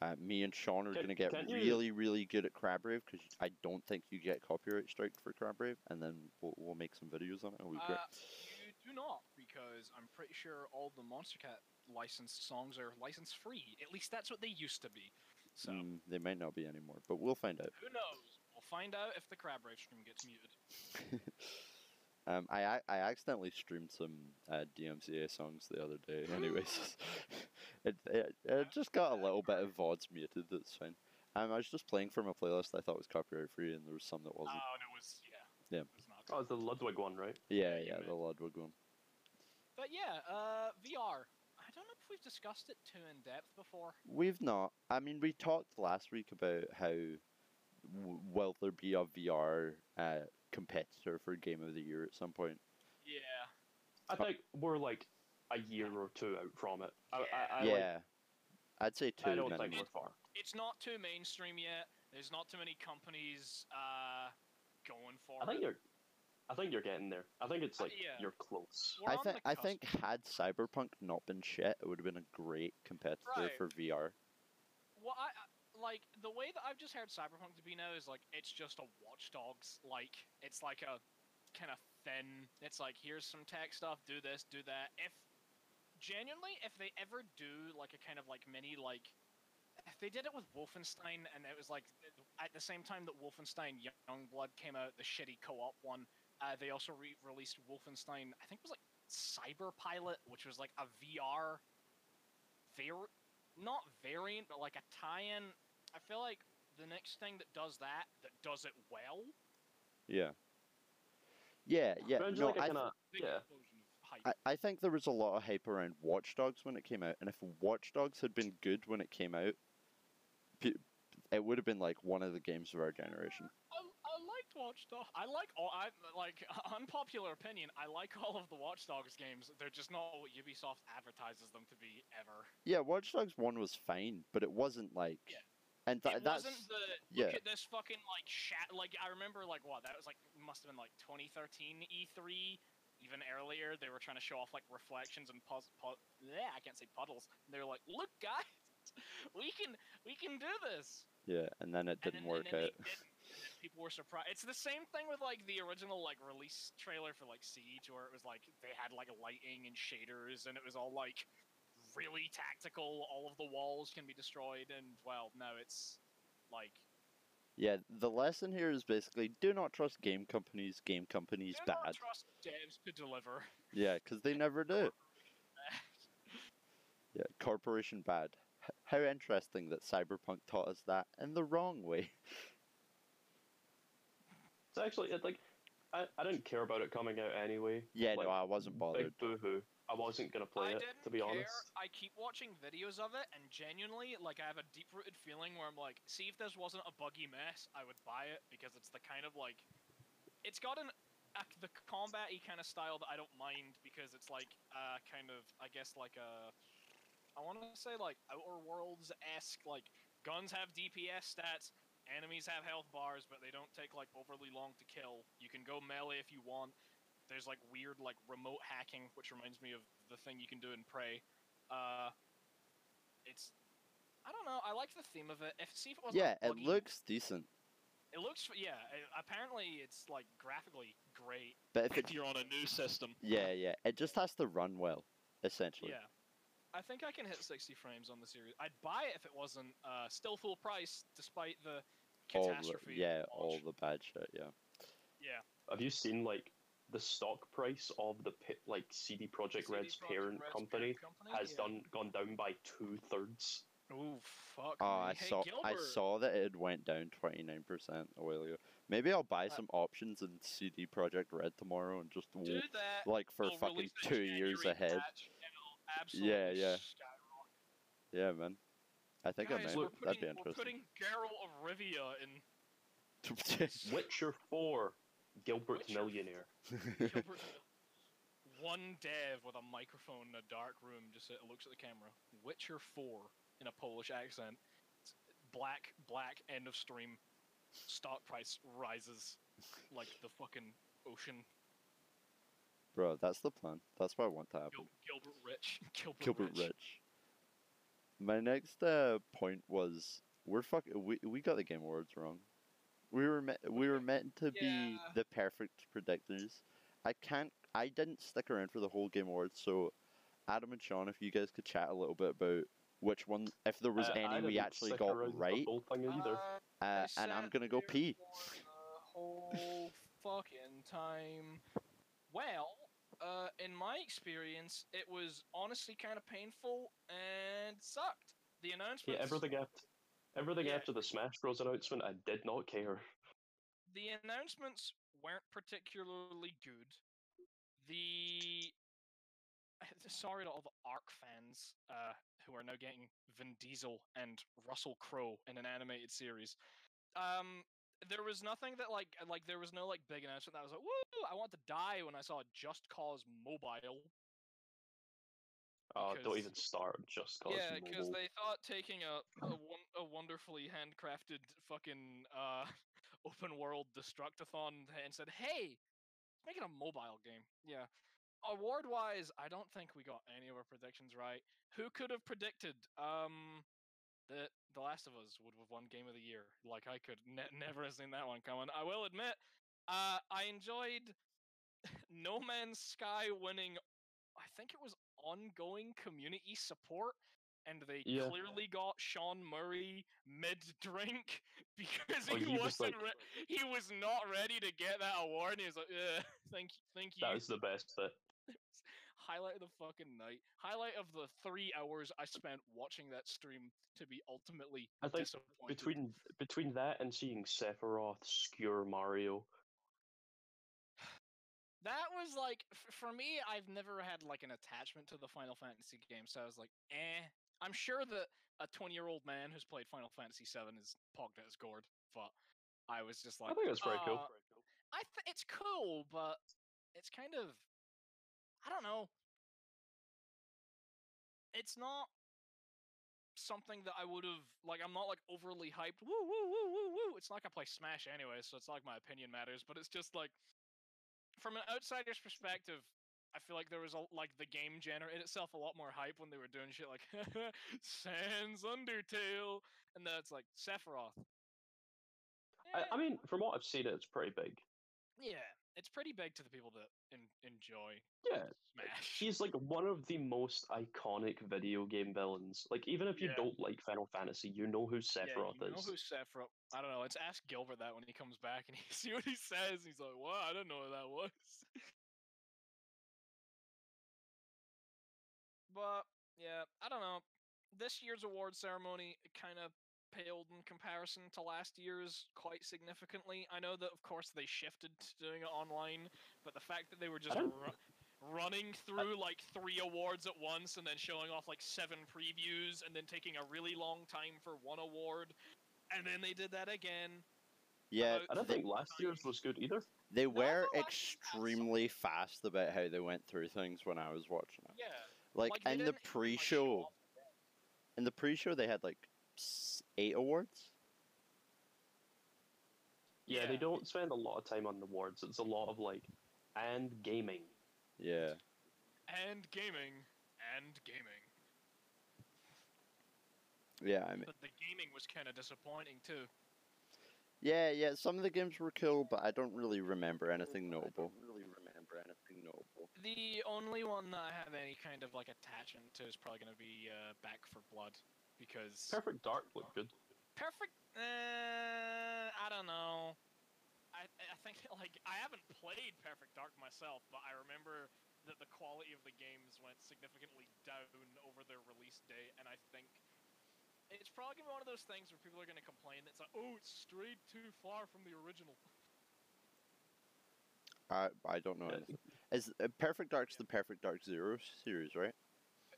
S1: Uh, me and Sean are
S4: Can-
S1: gonna get
S4: can you-
S1: really, really good at Crab Rave because I don't think you get copyright strike for Crab Rave, and then we'll, we'll make some videos on it. It'll be great.
S3: Uh, you do not, because I'm pretty sure all the Monster Cat licensed songs are license free. At least that's what they used to be. So
S1: Mm, they might not be anymore, but we'll find out.
S3: who knows? We'll find out if the Crab Rave stream gets muted.
S1: um, I ac- I accidentally streamed some uh, DMCA songs the other day. Anyways, it, it it just got a little bit of vods muted. That's fine. Um, I was just playing from a playlist I thought was copyright free, and there was some that
S3: Oh,
S1: wasn't.
S3: and it was yeah.
S1: Yeah.
S3: It was not
S4: Oh, it's the Ludwig one, right?
S1: yeah,
S3: you
S1: yeah,
S3: may-
S1: the Ludwig one.
S3: But yeah, uh, VR. I don't know if we've discussed it too in depth before.
S1: We've not. I mean, we talked last week about how w- will there be a VR uh, competitor for Game of the Year at some point.
S3: Yeah.
S4: I
S1: Huh.
S4: think we're like a year or two out from it. I, I, I,
S1: yeah,
S4: like,
S1: I'd say two.
S4: I don't
S1: minimum.
S4: think we're far.
S3: It's not too mainstream yet. There's not too many companies uh, going for
S4: I think
S3: it.
S4: you're, I think you're getting there. I think it's
S3: Uh,
S4: like
S3: yeah.
S4: you're close.
S3: We're
S1: I
S3: on
S1: think
S3: the
S1: I
S3: cusp.
S1: think had Cyberpunk not been shit, it would have been a great competitor
S3: Right.
S1: for VR.
S3: Well, I I- like the way that I've just heard Cyberpunk to be now is like it's just a Watch Dogs. Like it's like a kind of thin. It's like here's some tech stuff. Do this. Do that. If genuinely, if they ever do like a kind of like mini like. If they did it with Wolfenstein, and it was like at the same time that Wolfenstein Youngblood came out, the shitty co-op one, uh, they also re-released Wolfenstein. I think it was like Cyber Pilot, which was like a VR var- not variant, but like a tie-in. I feel like the next thing that does that, that does it well,
S1: Yeah. Yeah, yeah.
S4: But I just
S1: No,
S4: like
S1: I,
S4: a
S1: th-
S4: kinda-
S3: big
S4: Yeah.
S3: explosion of hype.
S1: I, I think there was a lot of hype around Watch Dogs when it came out, and if Watch Dogs had been good when it came out, pe- it would have been like one of the games of our generation.
S3: I, Oh, I liked Watch Dogs. I like all. I like unpopular opinion. I like all of the Watch Dogs games. They're just not what Ubisoft advertises them to be ever.
S1: Yeah, Watch Dogs One was fine, but it wasn't like,
S3: Yeah.
S1: and tha-
S3: it
S1: that's
S3: wasn't the
S1: yeah.
S3: look at this fucking like shat. Like I remember like what that was like must have been like 2013 E3. Even earlier, they were trying to show off like reflections and puz- pu- yeah, I can't say puddles. And they were like, "Look, guys, we can we can do this."
S1: yeah, and then it
S3: And
S1: didn't
S3: then-
S1: work
S3: and then they
S1: out.
S3: didn't, and then people were surprised. It's the same thing with like the original like release trailer for like Siege, where it was like they had like lighting and shaders, and it was all like really tactical. All of the walls can be destroyed, and well, no, it's like
S1: Yeah, the lesson here is basically do not trust game companies. Game companies
S3: do
S1: bad.
S3: not trust devs to deliver.
S1: Yeah, because they never do. Yeah, corporation bad. H- How interesting that Cyberpunk taught us that in the wrong way.
S4: It's actually it's like, I, I didn't care about it coming out anyway.
S1: Yeah,
S4: like,
S1: no, I wasn't bothered.
S4: Big boohoo. I wasn't gonna play
S3: I
S4: it
S3: didn't
S4: to be
S3: care.
S4: honest.
S3: I keep watching videos of it, and genuinely, like, I have a deep-rooted feeling where I'm like, see if this wasn't a buggy mess, I would buy it because it's the kind of like, it's got an uh, the combat-y kind of style that I don't mind because it's like uh, kind of I guess like a I want to say like Outer Worlds esque like guns have DPS stats. Enemies have health bars, but they don't take like overly long to kill. You can go melee if you want there's like weird like remote hacking, which reminds me of the thing you can do in Prey. Uh, it's I don't know. I like the theme of it. If see if it was
S1: Yeah, it looks decent,
S3: it looks yeah. a- apparently, it's like graphically great.
S1: but if it
S3: you're on a new system,
S1: yeah, yeah, it just has to run well, essentially.
S3: yeah. I think I can hit 60 frames on the series. I'd buy it if it wasn't uh, still full price, despite the
S1: all the,
S3: catastrophe. of
S1: yeah,
S3: launch.
S1: all the bad shit. Yeah,
S3: yeah.
S4: Have you seen like the stock price of the pi- like CD Projekt
S3: CD
S4: Red's
S3: Projekt
S4: parent
S3: Red's
S4: company?
S3: parent company?
S4: Has
S3: yeah.
S4: done gone down by two thirds.
S3: Ooh, fuck.
S1: oh,
S3: me.
S1: I
S3: Hey,
S1: saw, I
S3: Gilbert.
S1: saw that it had went down twenty nine percent a while ago. Maybe I'll buy
S3: Uh,
S1: some options in CD Project Red tomorrow and just w-
S3: Do that.
S1: like for
S3: They'll
S1: fucking
S3: release a
S1: two years
S3: January
S1: ahead.
S3: patch, and it'll- absolutely
S1: Yeah, yeah.
S3: skyrocket.
S1: Yeah, man. I think I
S3: Guys,
S1: may.
S3: we're
S1: That'd
S3: putting,
S1: be
S3: we're
S1: interesting.
S3: putting Geralt of Rivia in
S4: Witcher 4, Gilbert's
S3: Witcher
S4: Millionaire.
S3: Gilbert one dev with a microphone in a dark room just uh, looks at the camera. Witcher four in a Polish accent. It's Black, black. End of stream. Stock price rises like the fucking ocean.
S1: Bro, that's the plan. That's what I want to happen.
S3: Gil- Gilbert Rich. Gilbert,
S1: Gilbert
S3: Rich.
S1: Rich. My next uh, point was we're fuck we we got the game awards wrong. We were me- we were meant to be
S3: Yeah.
S1: the perfect predictors. I can't. I didn't stick around for the whole game awards. So, Adam and Sean, if you guys could chat a little bit about which one, if there was
S4: Uh, I
S1: any we
S4: didn't
S1: actually
S4: stick
S1: got
S4: around for
S1: right,
S4: The whole thing either.
S3: Ah,
S1: uh, and I'm gonna go pee.
S3: whole fucking time. Well, uh, in my experience, it was honestly kind of painful and sucked. The
S4: yeah,
S3: announcements.
S4: everything after, everything
S3: Yeah.
S4: after the Smash Bros announcement, I did not care.
S3: the announcements weren't particularly good. The sorry to all the Ark fans uh, who are now getting Vin Diesel and Russell Crowe in an animated series. Um, there was nothing that like like there was no like big announcement that I was like, "Woo! I want to die!" When I saw Just Cause Mobile.
S4: Oh,
S3: Because-
S4: don't even start. Just cause.
S3: Yeah, because
S4: mobile.
S3: they thought taking a a, won- a wonderfully handcrafted fucking uh, open world destructathon and said, "Hey, make it a mobile game." Yeah. Award wise, I don't think we got any of our predictions right. Who could have predicted um that The Last of Us would have won Game of the Year? Like I could ne- never have seen that one coming. I will admit, uh, I enjoyed No Man's Sky winning. I think it was ongoing community support, and they
S4: Yeah.
S3: clearly got Sean Murray mid drink because
S4: Oh,
S3: he,
S4: he was
S3: wasn't.
S4: like-
S3: re- he was not ready to get that award, and he was like, "Ugh, "Thank, you- thank you."
S4: That is the best bit.
S3: highlight of the fucking night, highlight of the three hours I spent watching that stream to be ultimately
S4: I think
S3: disappointed.
S4: between between that and seeing Sephiroth skewer Mario,
S3: that was like f- for me, I've never had like an attachment to the Final Fantasy game, so I was like, eh. I'm sure that a 20 year old man who's played Final Fantasy VII is pogged at his gourd, but I was just like,
S4: I think it's pretty cool.
S3: uh, I th- it's cool, but it's kind of I don't know. It's not something that I would have like I'm not like overly hyped. Woo woo woo woo woo. It's not like I play Smash anyway, so it's not like my opinion matters, but it's just like from an outsider's perspective, I feel like there was a, like the game generated itself a lot more hype when they were doing shit like Sans Undertale and then it's like Sephiroth. Eh.
S4: I, I mean, from what I've seen, it's pretty big.
S3: Yeah, it's pretty big to the people that en- enjoy
S4: Yeah,
S3: Smash.
S4: he's like one of the most iconic video game villains. Like, even if you
S3: Yeah.
S4: don't like Final Fantasy, you know who
S3: Yeah,
S4: Sephiroth
S3: you know
S4: is.
S3: who Sephiroth? I don't know. Let's ask Gilbert that when he comes back and he see what he says. He's like, "What? I don't know what that was." but yeah, I don't know. This year's award ceremony kind of paled in comparison to last year's quite significantly. I know that, of course, they shifted to doing it online, but the fact that they were just
S4: don't-
S3: ru- running through like three awards at once and then showing off like seven previews and then taking a really long time for one award, and then they did that again.
S1: Yeah,
S3: about-
S4: I don't
S1: they,
S4: think last year's was good either.
S1: they were
S3: thought last year's had some-
S1: extremely fast about how they went through things when I was watching it.
S3: Yeah,
S1: Like,
S3: Like, they
S1: in the
S3: didn't even, like, show
S1: pre-show,
S3: off.
S1: in the pre-show they had like s- eight awards.
S4: Yeah,
S3: Yeah.
S4: they don't spend a lot of time on the awards. It's a lot of like, and gaming.
S1: Yeah,
S3: and gaming and gaming.
S1: yeah. I mean,
S3: But the gaming was kind of disappointing too.
S1: yeah, yeah. Some of the games were cool, but I don't really remember anything notable. really remember anything notable.
S3: The only one that I have any kind of like attachment to is probably going to be uh, Back for Blood because
S4: Perfect Dark looked good.
S3: Perfect. Uh, I don't know. I I think like I haven't played Perfect Dark myself, but I remember that the quality of the games went significantly down over their release date, and I think it's probably gonna be one of those things where people are gonna complain. It's like, oh, it's strayed too far from the original.
S1: I I don't know.
S4: Yeah.
S1: anything. Is uh, Perfect Dark's the Perfect Dark Zero series, right?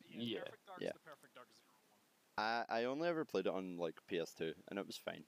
S3: Yeah,
S4: Yeah.
S3: Perfect Dark's
S1: Yeah.
S3: the Perfect Dark Zero one.
S1: I, I only ever played it on like PS2, and it was fine.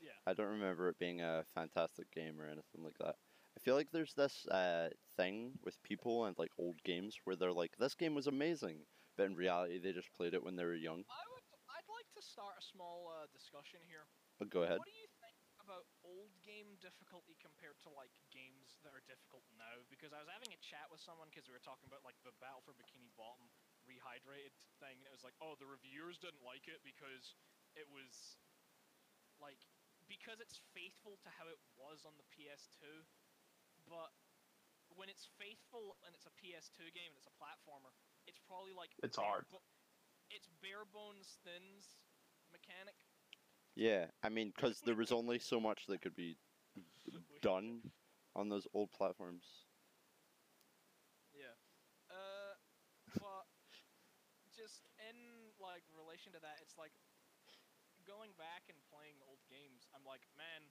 S3: Yeah.
S1: I don't remember it being a fantastic game or anything like that. I feel like there's this uh, thing with people and like old games where they're like, "This game was amazing," but in reality, they just played it when they were young.
S3: I would. I'd like to start a small uh, discussion here.
S1: But go ahead.
S3: What do you think about old game difficulty compared to like games that are difficult now? Because I was having a chat with someone because we were talking about like the Battle for Bikini Bottom rehydrated thing, and it was like, oh, the reviewers didn't like it because it was like because it's faithful to how it was on the PS2, but when it's faithful and it's a PS2 game and it's a platformer, it's probably like
S4: It's
S3: bare
S4: hard.
S3: bo- it's bare bones thins mechanic.
S1: Yeah, I mean, because there was only so much that could be done on those old platforms.
S3: Yeah. Uh, but just in like relation to that, it's like going back and playing old games. I'm like, man,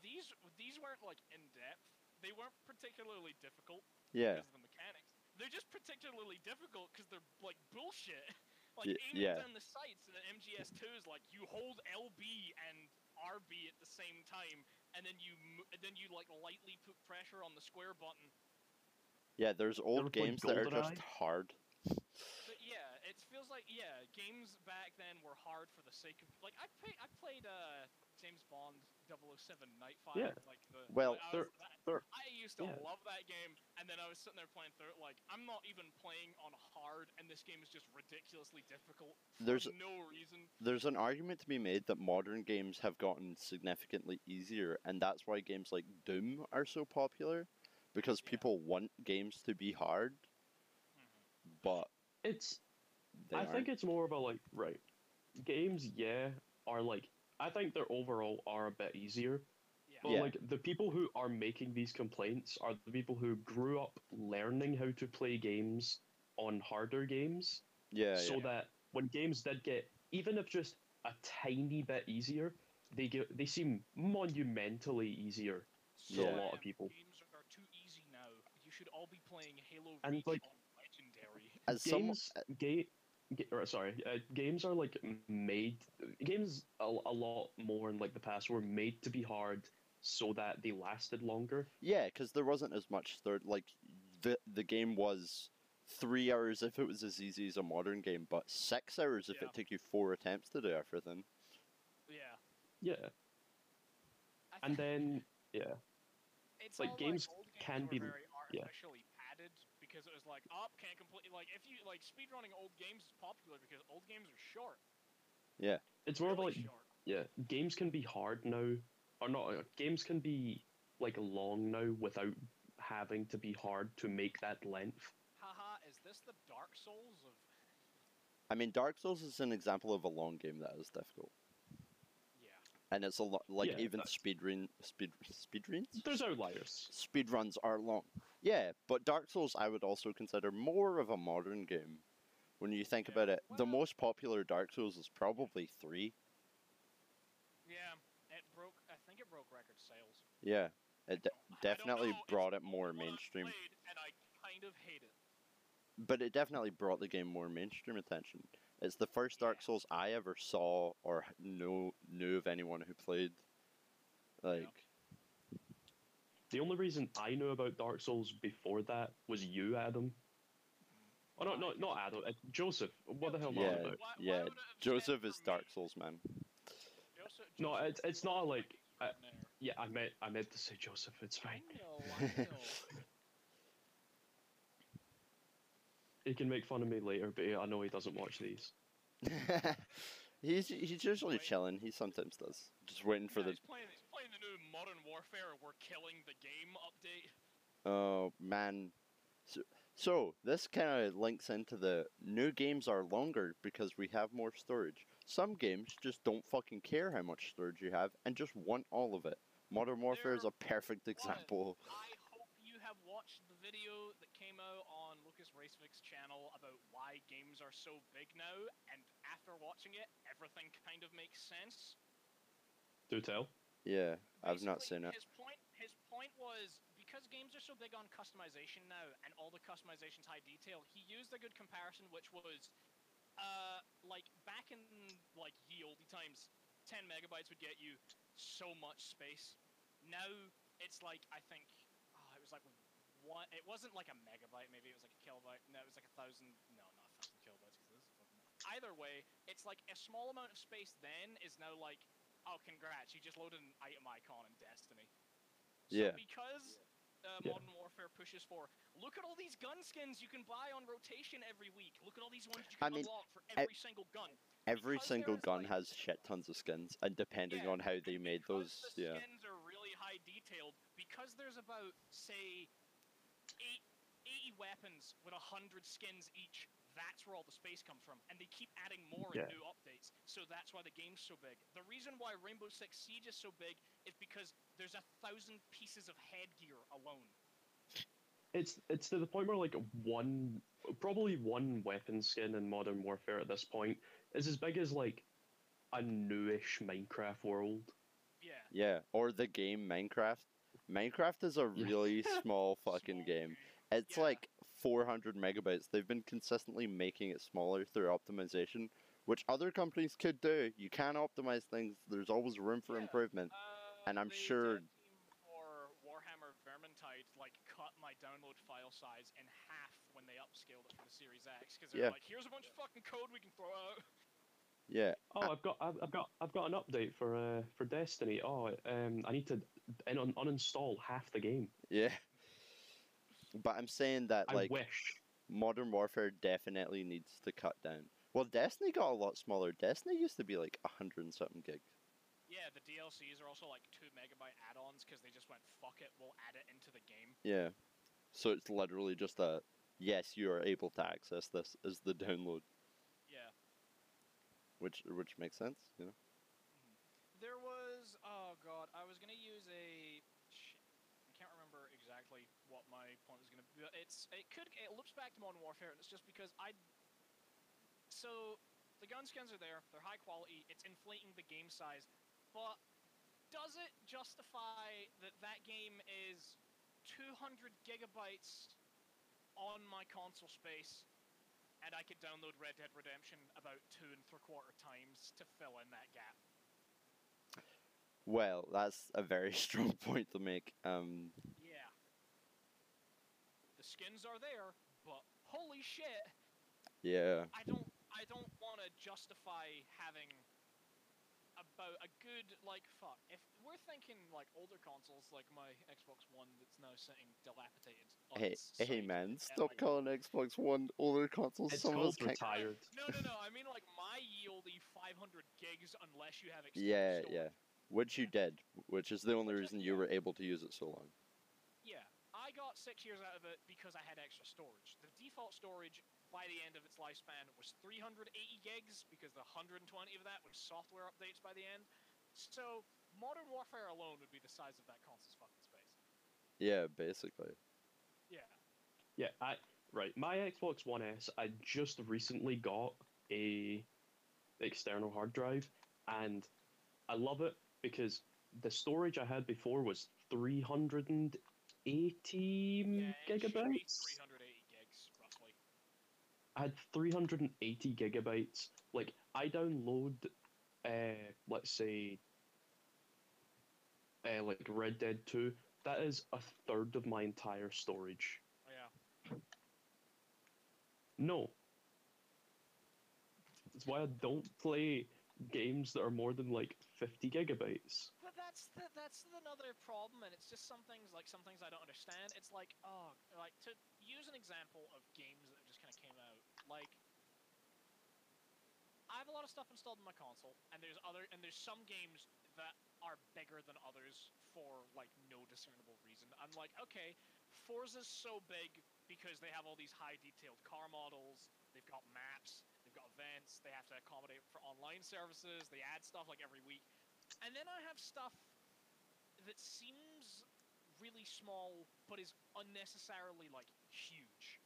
S3: these these weren't like in depth. They weren't particularly difficult
S1: Yeah,
S3: because of the mechanics. They're just particularly difficult because they're like bullshit. Like
S1: Ye-
S3: aiming
S1: yeah.
S3: down the sights in the MGS2 is like you hold LB and RB at the same time, and then you mo- and then you like lightly put pressure on the square button,
S1: yeah. There's old
S4: ever played
S1: games that are just
S4: GoldenEye?
S1: hard.
S3: But yeah, it feels like yeah, games back then were hard for the sake of like I played I played uh James Bond 007 Nightfire
S4: Yeah.
S3: like the
S1: Well,
S3: like, I
S4: they're-
S3: was- that-
S4: they're-
S3: I used to
S4: yeah.
S3: love that game and then I was sitting there playing through it like I'm not even playing on hard and this game is just ridiculously difficult for
S1: There's-
S3: no reason.
S1: There's an argument to be made that modern games have gotten significantly easier, and that's why games like Doom are so popular, because
S3: Yeah.
S1: people want games to be hard,
S3: Mm-hmm.
S1: but
S4: It's
S1: they
S4: I
S1: aren't.
S4: think it's more of a like right. Games, yeah, are like I think they're overall are a bit easier.
S3: Yeah.
S4: But
S1: Yeah.
S4: like the people who are making these complaints are the people who grew up learning how to play games on harder games.
S1: yeah,
S4: so
S1: yeah.
S4: that when games did get even if just a tiny bit easier, they get they seem monumentally easier.
S1: to a
S3: Goddamn
S4: lot of people.
S3: Games are too easy now. You should all be playing Halo
S4: And,
S3: Reach
S4: like-
S3: on Legendary.
S1: As someone,
S4: games ga- ga- or, sorry uh, games are like made games a, a lot more in like the past were made to be hard so that they lasted longer
S1: Yeah, because there wasn't as much third. Like the the game was three hours if it was as easy as a modern game, but six hours if
S3: Yeah.
S1: it took you four attempts to do everything.
S3: Yeah.
S4: yeah
S3: I
S4: and
S3: think-
S4: then yeah
S3: it's
S4: Like,
S3: all,
S4: games
S3: old games
S4: can
S3: were
S4: be-
S3: very
S4: yeah.
S3: artificially padded because it was like up can't complete like if you like speedrunning old games is popular because old games are short
S4: it's more of
S3: really
S4: like
S3: short
S4: yeah games can be hard now or not uh, games can be like long now without having to be hard to make that length
S3: haha is this the dark souls of
S1: I mean, Dark Souls is an example of a long game that is difficult,
S3: yeah
S1: and it's a lot like
S4: Yeah,
S1: even
S4: that's-
S1: speed run speed speed runs
S4: there's outliers
S1: speed runs are long. Yeah, but Dark Souls I would also consider more of a modern game. When you think
S3: Yeah.
S1: about it, the
S3: Well-
S1: most popular Dark Souls is probably three.
S3: yeah it broke i think it broke record sales
S1: Yeah, it de-
S3: I don't
S1: definitely
S3: know, it's
S1: brought it
S3: the
S1: more
S3: only one I've
S1: mainstream.
S3: played, and i kind of hate it
S1: but it definitely brought the game more mainstream attention. It's the first Dark
S3: Yeah.
S1: Souls I ever saw or h- know knew of anyone who played. Like,
S4: The only reason I knew about Dark Souls before that was you, Adam. Oh, no, no, not Adam. uh, Joseph. What the hell am I on
S1: Yeah.
S4: about?
S3: Why- why
S1: yeah,
S3: would it have
S1: Joseph
S3: said
S1: is
S3: for
S1: Dark
S3: me-
S1: Souls, man.
S3: Joseph,
S4: No,
S3: Joseph
S4: it's-
S3: is
S4: it's not like- I-
S3: extraordinaire.
S4: Yeah, I meant I meant to say Joseph. It's fine.
S3: I know, I know.
S4: He can make fun of me later, but yeah, I know he doesn't watch these.
S1: he's he's usually
S3: Wait.
S1: chilling. He sometimes does. Just waiting for
S3: Yeah,
S1: the
S3: he's playing, he's playing the new Modern Warfare We're Killing the Game update.
S1: oh man. So, so this kind of links into the new games are longer because we have more storage. Some games just don't fucking care how much storage you have and just want all of it. Modern Warfare is
S3: They're
S1: a perfect example.
S3: I hope you have watched the video that came out on Lucas Racevick's channel about why games are so big now, and after watching it, everything kind of makes sense.
S4: Do tell.
S1: Yeah, I've not
S3: Basically,
S1: seen it.
S3: His point, his point was because games are so big on customization now, and all the customization's high detail, he used a good comparison, which was, uh, like back in like ye olde times, ten megabytes would get you so much space. Now it's like I think oh, it was like one. It wasn't like a megabyte. Maybe it was like a kilobyte. No, it was like a thousand. No, not a thousand kilobytes. 'cause this is fucking- Either way, it's like a small amount of space. Then is now like, oh, congrats, you just loaded an item icon in Destiny. So
S1: Yeah.
S3: Because uh,
S1: Yeah.
S3: Modern Warfare pushes for, look at all these gun skins you can buy on rotation every week. Look at all these ones you
S1: I
S3: can
S1: mean,
S3: unlock for
S1: e-
S3: every single gun.
S1: Every
S3: Because there
S1: single
S3: is,
S1: gun
S3: like-
S1: has shit tons of skins, and depending
S3: Yeah,
S1: on how they
S3: and
S1: made
S3: because
S1: those,
S3: the
S1: yeah.
S3: skins are really high detailed because there's about say eight, 80 weapons with 100 skins each that's where all the space comes from and they keep adding more
S4: Yeah.
S3: in new updates so that's why the game's so big the reason why rainbow six siege is so big is because there's a thousand pieces of headgear alone
S4: It's it's to the point where like one probably one weapon skin in Modern Warfare at this point is as big as like a newish Minecraft world.
S3: yeah
S1: Yeah, or the game Minecraft. Minecraft is a
S4: Yeah.
S1: really small fucking
S3: Small
S1: game. It's
S3: Yeah.
S1: like 400 megabytes. They've been consistently making it smaller through optimization, which other companies could do. You can optimize things. There's always room for
S3: Yeah.
S1: improvement.
S3: Uh,
S1: And I'm
S3: the
S1: sure-
S3: dev team for Warhammer Vermintide like cut my download file size in half when they upscaled it for the Series X because they're
S1: Yeah.
S3: like, here's a bunch of fucking code we can throw out.
S1: Yeah,
S4: Oh, I've got I've, I've got I've got an update for uh, for Destiny. Oh, um, I need to un- un- uninstall half the game.
S1: yeah. But I'm saying that
S4: I
S1: like
S4: wish.
S1: Modern Warfare definitely needs to cut down. Well, Destiny got a lot smaller. Destiny used to be like 100 and something gig.
S3: Yeah, the DLCs are also like two megabyte add-ons because they just went fuck it, we'll add it into the game.
S1: Yeah. So it's literally just a yes, you are able to access this as the download,
S3: Yeah.
S1: which which makes sense, you know.
S3: There was oh god, I was gonna use a shit. I can't remember exactly what my point was gonna be. but It's it could it loops back to Modern Warfare, and it's just because I. So, the gun skins are there. They're high quality. It's inflating the game size, but does it justify that that game is 200 gigabytes on my console space? And I could download Red Dead Redemption about two and three quarter times to fill in that gap.
S1: Well, that's a very strong point to make. Um,
S3: Yeah. The skins are there, but holy shit,
S1: yeah,
S3: I don't I don't want to justify having about a good like fuck. If we're thinking like older consoles like my Xbox One that's now sitting dilapidated. On
S1: hey,
S3: its
S1: hey,
S3: side
S1: man,
S3: at,
S1: stop
S3: like-
S1: calling Xbox One older consoles.
S4: It's
S1: Some of us can't.
S4: called retired.
S3: No, no, no. I mean like my yieldy 500 gigs unless you have extended
S1: Yeah,
S3: storage.
S1: yeah. Which you did, which is the only reason you were able to use it so long.
S3: Yeah, I got six years out of it because I had extra storage. The default storage by the end of its lifespan was 380 gigs because the 120 of that was software updates by the end. So Modern Warfare alone would be the size of that console's fucking space.
S1: Yeah, basically.
S3: Yeah.
S4: Yeah, I right. My Xbox One S, I just recently got a external hard drive, and I love it because the storage I had before was three hundred and eighty
S3: yeah it should be
S4: Mm, gigabytes.
S3: 380 gigs roughly.
S4: I had three hundred and eighty gigabytes. Like I download, uh, let's say, uh, like Red Dead Two. That is a third of my entire storage.
S3: Oh, yeah.
S4: No. That's why I don't play games that are more than like 50 gigabytes.
S3: But that's the, that's another problem, and it's just some things like some things I don't understand. It's like oh, like to use an example of games that have just kind of came out. Like I have a lot of stuff installed on my console, and there's other and there's some games that are bigger than others for like no discernible reason. I'm like, okay, Forza's so big because they have all these high detailed car models, they've got maps, they've got events, they have to accommodate for online services, they add stuff like every week. And then I have stuff that seems really small but is unnecessarily like huge.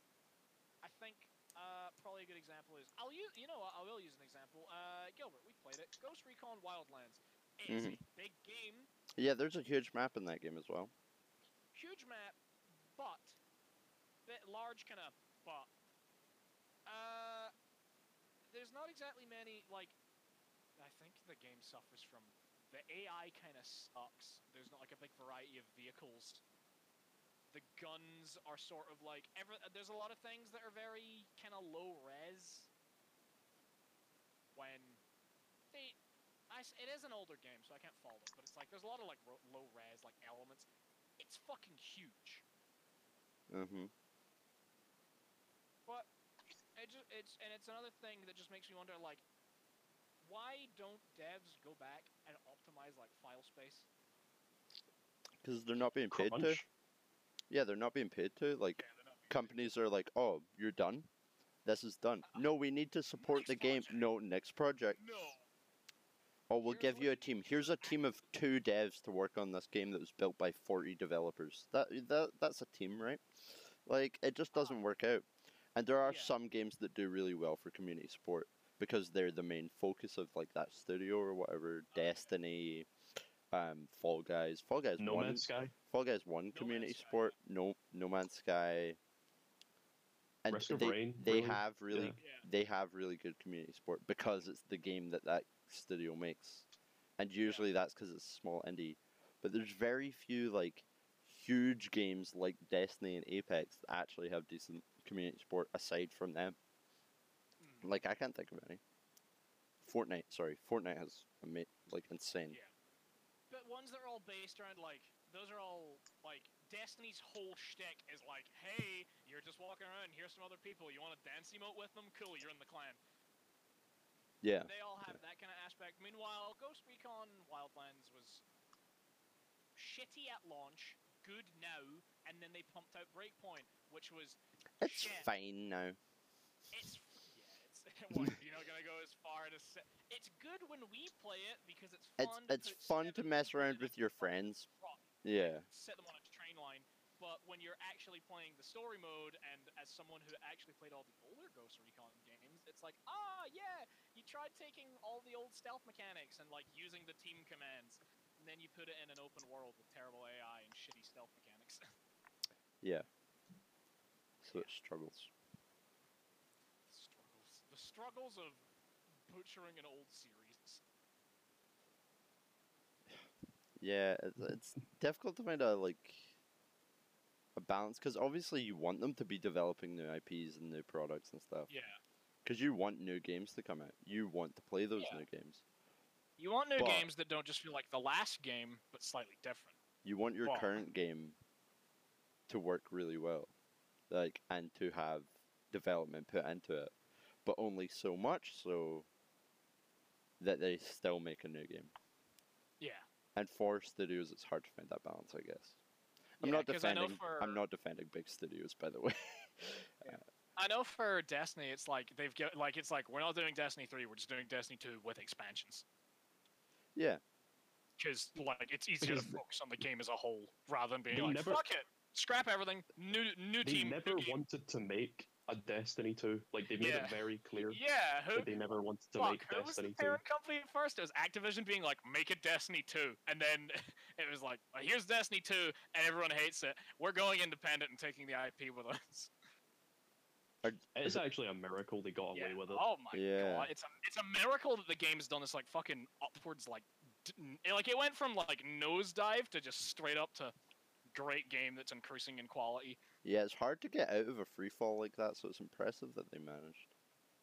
S3: I think uh, probably a good example is I'll use you know what I will use an example. Uh, Gilbert, we played it. Ghost Recon Wildlands. It's a big game,
S1: Yeah, there's a huge map in that game as well.
S3: huge map, bit large kind of but uh there's not exactly many like I think the game suffers from the AI kind of sucks. There's not like a big variety of vehicles. The guns are sort of like every, there's a lot of things that are very kind of low res. When they, I s it is an older game, so I can't fault it. But it's like there's a lot of like ro- low res like elements. It's fucking huge.
S1: Mm-hmm.
S3: But it just, it's and it's another thing that just makes me wonder like why don't devs go back and optimize like file space?
S1: Because they're not being paid to.
S4: Crunch.
S1: Yeah, they're not being paid to. Like companies are like, oh, you're done. This is done. No, we need to support
S3: Next
S1: the game.
S3: project.
S1: No, next project.
S3: No.
S1: Oh, we'll
S3: Here's
S1: give you
S3: what
S1: a team. Here's a team of two devs to work on this game that was built by forty developers. That that that's a team, right? Like it just doesn't work out. And there are
S3: Yeah.
S1: some games that do really well for community support because they're the main focus of like that studio or whatever.
S3: yeah.
S1: Destiny, um, Fall Guys. Fall Guys
S4: No
S1: one.
S4: Man's Sky.
S1: Fall Guys one
S3: Man's
S1: community
S3: Sky.
S1: support. No No Man's Sky. And
S4: Risk of
S1: they,
S4: Rain,
S1: they
S4: really.
S1: have really
S4: Yeah.
S3: Yeah.
S1: they have really good community support because it's the game that that studio makes, and usually that's because it's small indie. But there's very few like huge games like Destiny and Apex that actually have decent community support aside from them.
S3: Mm.
S1: Like I can't think of any. Fortnite, sorry, Fortnite has a ama- like insane.
S3: Yeah. But ones that are all based around like those are all like Destiny's whole shtick is like, hey, you're just walking around. Here's some other people. You want to dance emote with them? Cool, you're in the clan.
S1: Yeah,
S3: They all have that kind of aspect. Meanwhile, Ghost Recon Wildlands was shitty at launch, good now, and then they pumped out Breakpoint, which was
S1: it's
S3: shit.
S1: fine now.
S3: It's yeah, it's what, you're not gonna go as far to. Se- it's good when we play it because it's
S1: It's
S3: fun.
S1: it's
S3: put
S1: fun to
S3: seven
S1: mess
S3: people
S1: around
S3: in a
S1: with your friends.
S3: fucking truck,
S1: Yeah,
S3: Set them on a train line, but when you're actually playing the story mode, and as someone who actually played all the older Ghost Recon games, it's like, ah, yeah, you tried taking all the old stealth mechanics and like using the team commands, and then you put it in an open world with terrible AI and shitty stealth mechanics.
S1: yeah. So it struggles.
S3: struggles. The struggles of butchering an old series.
S1: Yeah, it's,
S3: Mm-hmm.
S1: it's difficult to find a like a balance because obviously you want them to be developing new IPs and new products and stuff
S3: Yeah.
S1: because you want new games to come out. You want to play those
S3: Yeah.
S1: new games.
S3: You want new
S1: But-
S3: games that don't just feel like the last game, but slightly different.
S1: You want your
S3: Well-
S1: current game to work really well, like and to have development put into it, but only so much so that they still make a new game.
S3: Yeah.
S1: And for studios, it's hard to find that balance, I guess. I'm
S3: Yeah,
S1: not
S3: 'cause I know
S1: defending.
S3: for-
S1: I'm not defending big studios, by the way.
S3: I know for Destiny, it's like they've got like it's like we're not doing Destiny three, we're just doing Destiny two with expansions
S1: yeah.
S3: because like it's easier to
S4: Because-
S3: focus on the game as a whole rather than being
S4: They
S3: like
S4: never-
S3: fuck it, scrap everything, new new
S4: They
S3: team. new
S4: never
S3: game."
S4: wanted to make a Destiny 2. Like, they made
S3: Yeah.
S4: it very clear
S3: Yeah, who?
S4: that they never wanted to
S3: Fuck,
S4: make
S3: who was the
S4: Destiny 2.
S3: parent company at first? It was Activision being like, make a Destiny 2. And then it was like, "Well, here's Destiny 2, and everyone hates it. We're going independent and taking the IP with us.
S4: It's actually a miracle they got away
S3: Yeah.
S4: with it.
S3: Oh my
S1: Yeah.
S3: god, it's a it's a miracle that the game's done this like fucking upwards like d- n- like it went from like nosedive to just straight up to great game that's increasing in quality.
S1: Yeah, it's hard to get out of a free fall like that, so it's impressive that they managed.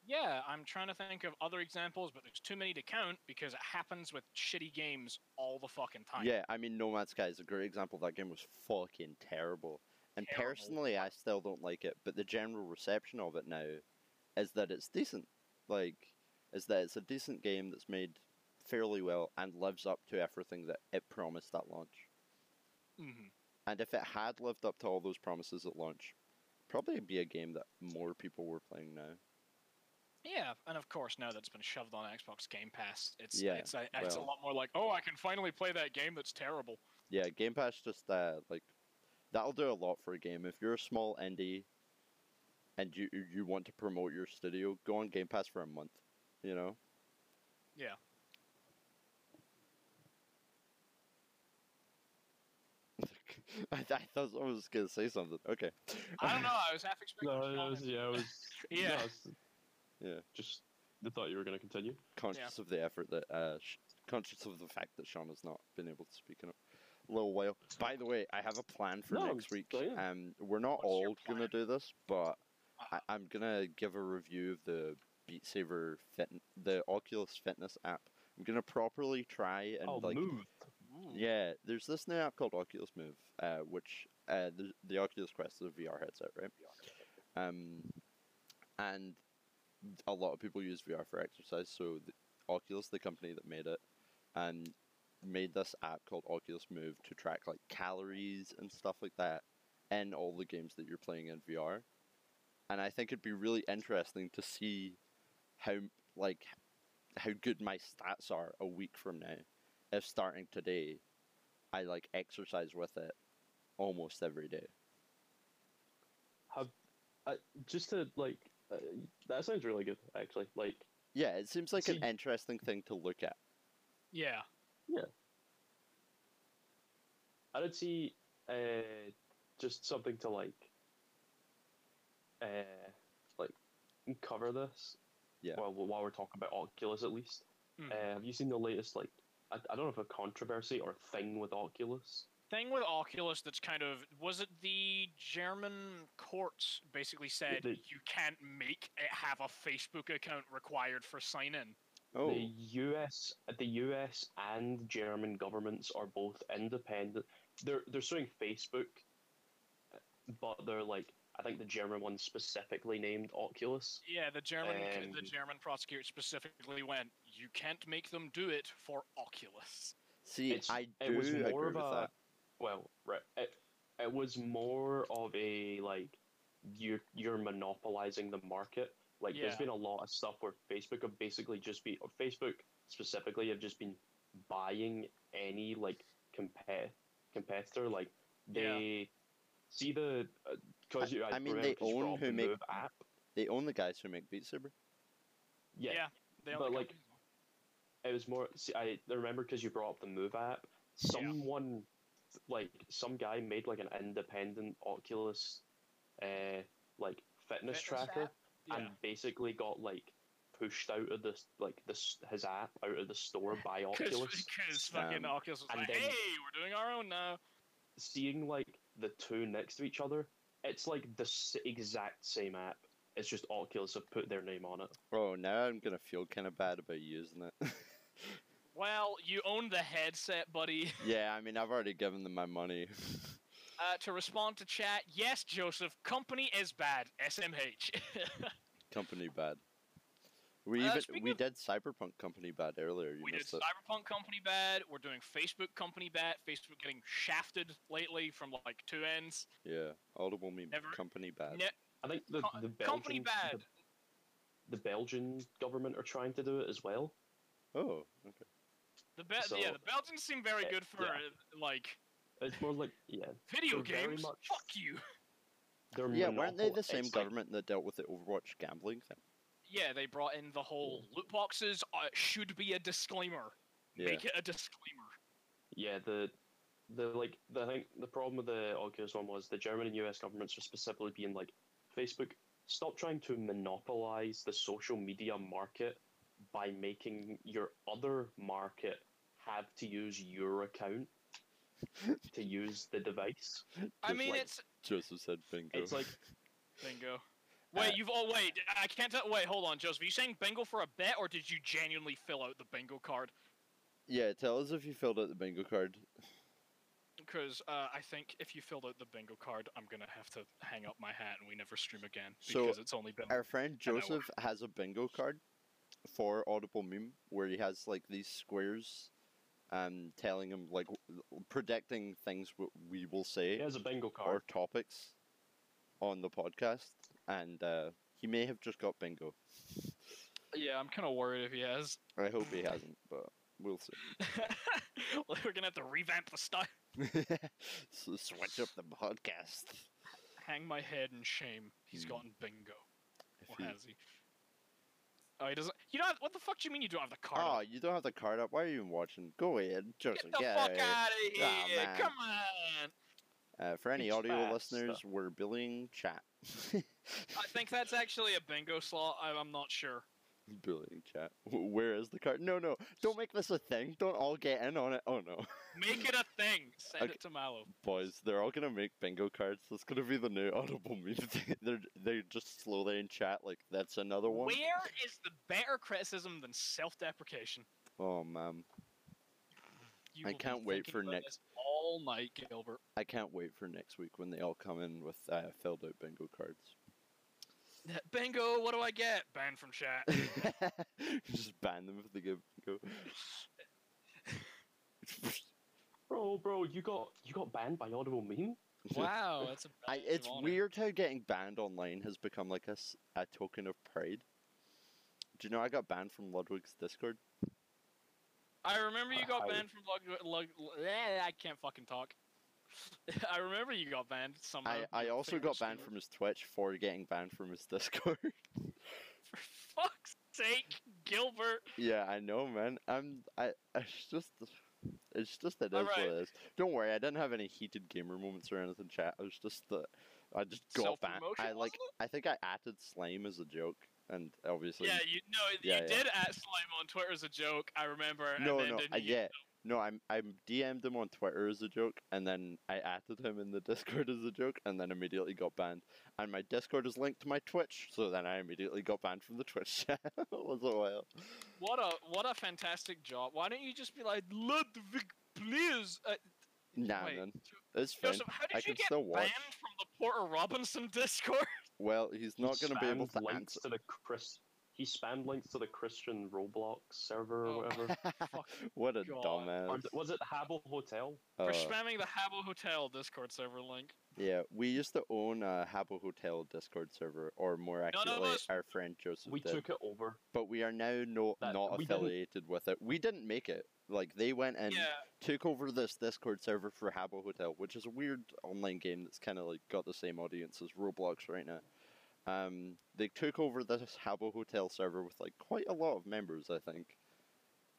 S3: Yeah, I'm trying to think of other examples, but there's too many to count because it happens with shitty games all the fucking time.
S1: Yeah, I mean, No Man's Sky is a great example. That game was fucking terrible. And
S3: Terrible.
S1: personally, I still don't like it, but the general reception of it now is that it's decent. Like, is that it's a decent game that's made fairly well and lives up to everything that it promised at launch.
S3: hmm
S1: And if it had lived up to all those promises at launch, probably be a game that more people were playing now.
S3: Yeah, and of course now that's been shoved on Xbox Game Pass, it's
S1: Yeah,
S3: it's a, it's a
S1: well.
S3: lot more like, oh, I can finally play that game that's terrible.
S1: Yeah, Game Pass just uh like that'll do a lot for a game. If you're a small indie and you you- you want to promote your studio, go on Game Pass for a month. You know,
S3: Yeah.
S1: I, I thought I was gonna say something. Okay.
S3: I don't know. I was half expecting.
S4: No,
S3: a
S4: that
S3: comment.
S4: was, yeah, it was,
S3: Yeah.
S4: no, it's-
S1: Yeah.
S4: Just the thought you were going to continue.
S1: conscious of the effort that uh sh- conscious of the fact that Sean has not been able to speak in a little while. By the way, I have a plan for
S4: No,
S1: next week.
S4: go ahead.
S1: Um we're not
S3: What's your
S1: all gonna
S3: plan?
S1: do this, but
S4: Uh-huh.
S1: I- I'm gonna give a review of the Beat Saber fit the Oculus Fitness app. I'm gonna properly try and
S4: oh,
S1: like
S4: move.
S3: Ooh.
S1: yeah, there's this new app called Oculus Move, uh, which uh, the, the Oculus Quest is a VR headset, right? Um, and a lot of people use VR for exercise. So the, Oculus, the company that made it, and made this app called Oculus Move to track like calories and stuff like that, and all the games that you're playing in VR. And I think it'd be really interesting to see how like how good my stats are a week from now if starting today, I like exercise with it almost every day.
S4: Just to, like, uh, that sounds really good, actually. Like,
S1: Yeah, it seems like an
S4: See-
S1: interesting thing to look at.
S3: Yeah.
S4: I did see uh, just something to like uh, like cover this.
S1: Yeah.
S4: While while we're talking about Oculus, at least.
S3: Mm.
S4: Uh, have you seen the latest like I, I don't know if a controversy or thing with Oculus?
S3: thing with Oculus that's kind of was it the German courts basically said
S4: they-
S3: you can't make it have a Facebook account required for sign in.
S1: Oh,
S4: The U.S. the U.S. and German governments are both independent. They're they're suing Facebook, but they're like I think the German one specifically named Oculus.
S3: Yeah, the German c- the
S4: Um,
S3: German prosecutor specifically went, you can't make them do it for Oculus.
S1: see,
S4: it's-
S1: I do
S4: it was more
S1: agree
S4: of
S1: with
S4: a
S1: that.
S4: well, right. It, it was more of a like you're you're monopolizing the market. Like there's
S3: Yeah.
S4: been a lot of stuff where Facebook have basically just be or Facebook specifically have just been buying any like compet competitor. Like
S3: Yeah.
S4: they see the uh, because
S1: I mean, they own who make-
S4: app.
S1: They own the guys who make Beat Saber.
S4: Yeah,
S3: Yeah, they
S4: But,
S3: only
S4: like,
S3: companies-
S4: it was more. See, I I remember because you brought up the Move app. Someone, like some guy, made like an independent Oculus, uh, like fitness,
S3: Fitness
S4: tracker,
S3: app? yeah.
S4: and basically got like pushed out of this like this his app out of the store by Oculus.
S3: Because fucking
S1: Um,
S3: Oculus was
S4: and
S3: like,
S4: then-
S3: hey, we're doing our own now.
S4: Seeing like the two next to each other, it's like the s- exact same app. It's just Oculus have put their name on it.
S1: Oh, now I'm gonna feel kind of bad about using it.
S3: Well, you own the headset, buddy.
S1: yeah, I mean, I've already given them my money.
S3: Uh, to respond to chat, yes, Joseph, company is bad. SMH.
S1: Company bad. We
S3: Uh,
S1: even
S3: speaking
S1: we
S3: of-
S1: did Cyberpunk Company bad earlier. You
S3: we did
S1: missed it.
S3: Cyberpunk company bad. We're doing Facebook company bad. Facebook getting shafted lately from like two ends.
S1: yeah, Audible me
S3: Never-
S1: Company bad.
S3: Ne-
S4: I think the,
S3: Co-
S4: the Belgian,
S3: company bad.
S4: The, the Belgian government are trying to do it as well.
S1: oh, okay.
S3: The Be- yeah,
S4: So-
S3: the Belgians seem very
S4: Eh,
S3: good for
S4: yeah.
S3: uh, like
S4: It's more like yeah,
S3: video
S4: They're very
S3: games.
S4: much-
S3: Fuck you.
S4: they're
S1: Yeah, weren't they
S4: monopol-
S1: the same
S4: it's like-
S1: government that dealt with the Overwatch gambling thing?
S3: Yeah, they brought in the whole loot boxes. Uh, should be a disclaimer.
S1: Mm. Yeah.
S3: Make it a disclaimer.
S4: Yeah, the the like the I think the problem with the Oculus one was the German and US governments were specifically being like, Facebook, stop trying to monopolize the social media market by making your other market have to use your account to use the device.
S3: I
S1: Just
S3: mean,
S1: like- uh,
S3: it's
S1: Joseph said bingo.
S4: It's like
S3: bingo. Wait, you've all wait. I can't tell. Wait, hold on, Joseph. Are you saying bingo for a bet, or did you genuinely fill out the bingo card?
S1: yeah, tell us if you filled out the bingo card.
S3: Because uh, I think if you filled out the bingo card, I'm gonna have to hang up my hat and we never stream again
S1: So,
S3: because it's only been.
S1: Our friend
S3: I know.
S1: Joseph has a bingo card for Audible Meme where he has like these squares um, telling him like w- predicting things w- we will say
S4: he has a bingo card.
S1: or topics on the podcast and uh, he may have just got bingo.
S3: Yeah, I'm kind of worried if he has.
S1: I hope he hasn't, but we'll see.
S3: We're gonna have to revamp the style.
S1: so switch up the podcast.
S3: Hang my head in shame. He's
S1: Hmm.
S3: gotten bingo.
S1: If
S3: Or
S1: he-
S3: has he? Oh, he doesn't. You know what the fuck do you mean you don't have the card?
S1: Oh,
S3: up?
S1: you don't have the card up. Why are you even watching? Go ahead, Joseph.
S3: Get the fuck
S1: out.
S3: out of here!
S1: man.
S3: Come on.
S1: Uh, for any
S4: It's
S1: audio
S4: fast,
S1: listeners, we're billing chat.
S3: I think that's actually a bingo slot. I, I'm not sure.
S1: billing chat. Wh- Where is the card? No, no. Don't make this a thing. Don't all get in on it. Oh, no.
S3: Make it a thing. Send
S1: Okay.
S3: it to Mallow.
S1: Boys, they're all going to make bingo cards. That's going to be the new audible meeting. they're, they're just slowly in chat, like, that's another one.
S3: Where is the better criticism than self-deprecation?
S1: Oh, man.
S3: You
S1: I
S3: will be
S1: can't wait
S3: thinking
S1: for
S3: about
S1: next-
S3: this all night, Gilbert.
S1: I can't wait for next week when they all come in with uh, filled out bingo
S3: Bingo. What do I get? Banned from chat.
S1: cards. just ban them if they give bingo.
S4: Bro, bro, you got you got banned by Audible Meme.
S3: wow, that's a.
S1: I,
S3: badge of
S1: it's
S3: honor.
S1: weird how getting banned online has become like a, s- a token of pride. Do you know I got banned from Ludwig's Discord?
S3: I remember you got
S4: I-
S3: banned from lug. lug l- I can't fucking talk. I remember you got banned somehow.
S1: I, I
S3: your
S1: also
S3: favorite
S1: got banned
S3: streamer.
S1: from his Twitch for getting banned from his Discord.
S3: For fuck's sake, Gilbert.
S1: yeah, I know, man. I'm I. It's just. It's just that it is
S3: Alright.
S1: what it is. Don't worry, I didn't have any heated gamer moments or anything. Chat. I was just the. I just got banned.
S3: Self-promotion,
S1: I like.
S3: wasn't
S1: I think I added slime as a joke, and obviously.
S3: yeah, you no,
S1: yeah, yeah.
S3: you did at slime on Twitter as a joke. I remember.
S1: no,
S3: and then
S1: no,
S3: didn't
S1: I,
S3: you?
S1: yeah, no. I'm I'm DM'd him on Twitter as a joke, and then I added him in the Discord as a joke, and then immediately got banned. And my Discord is linked to my Twitch, so then I immediately got banned from the Twitch channel as well.
S3: What a what a fantastic job! Why don't you just be like Ludwig, please? Uh,
S1: Nah,
S3: wait,
S1: man,
S3: Jo-
S1: it's fine.
S3: Joseph, how did
S1: I
S3: you
S1: can
S3: get
S1: still watch.
S3: banned from the Porter Robinson Discord?
S1: Well, he's not
S4: He
S1: going to be able
S4: spammed
S1: to
S4: links
S1: answer.
S4: to the Chris. He spammed links to the Christian Roblox server or
S3: Oh.
S4: whatever.
S1: what a
S3: God.
S4: or
S1: dumbass!
S4: th- was it the Habbo Hotel?
S3: For
S1: Uh,
S3: spamming the Habbo Hotel Discord server link.
S1: yeah, we used to own a Habbo Hotel Discord server, or more
S3: of
S1: accurately,
S3: us-
S1: our friend Joseph
S4: We
S1: did.
S4: took it over.
S1: but we are now no,
S4: That-
S1: not
S4: we didn't-
S1: affiliated with it. We didn't make it. Like they went and
S3: yeah,
S1: took over this Discord server for Habbo Hotel, which is a weird online game that's kind of like got the same audience as Roblox right now. Um, they took over this Habbo Hotel server with like quite a lot of members, I think.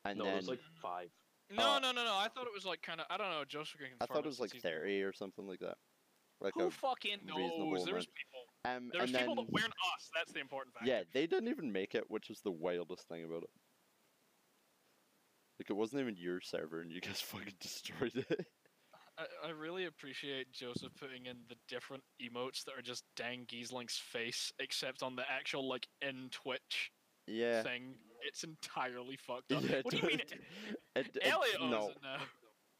S1: And
S4: no,
S1: then
S4: it was like five.
S3: no,
S1: uh,
S3: no, no, no. I thought it was like kind of. I don't know. Joseph can
S1: I thought
S3: confirm
S1: it was like
S3: since he's-
S1: thirty or something like that. Like
S3: Who
S1: a,
S3: fucking knows?
S1: reasonable
S3: There was
S1: amount.
S3: people.
S1: um,
S3: There was
S1: and then
S3: people that weren't us. That's the important fact.
S1: yeah, they didn't even make it, which is the wildest thing about it. Like it wasn't even your server, and you guys fucking destroyed it.
S3: I, I really appreciate Joseph putting in the different emotes that are just Dan Giesling's face, except on the actual like in Twitch
S1: yeah.
S3: thing. It's entirely fucked
S1: Yeah,
S3: up. what do you mean?
S1: don't- It, it,
S3: Elliot owns
S1: no,
S3: it now.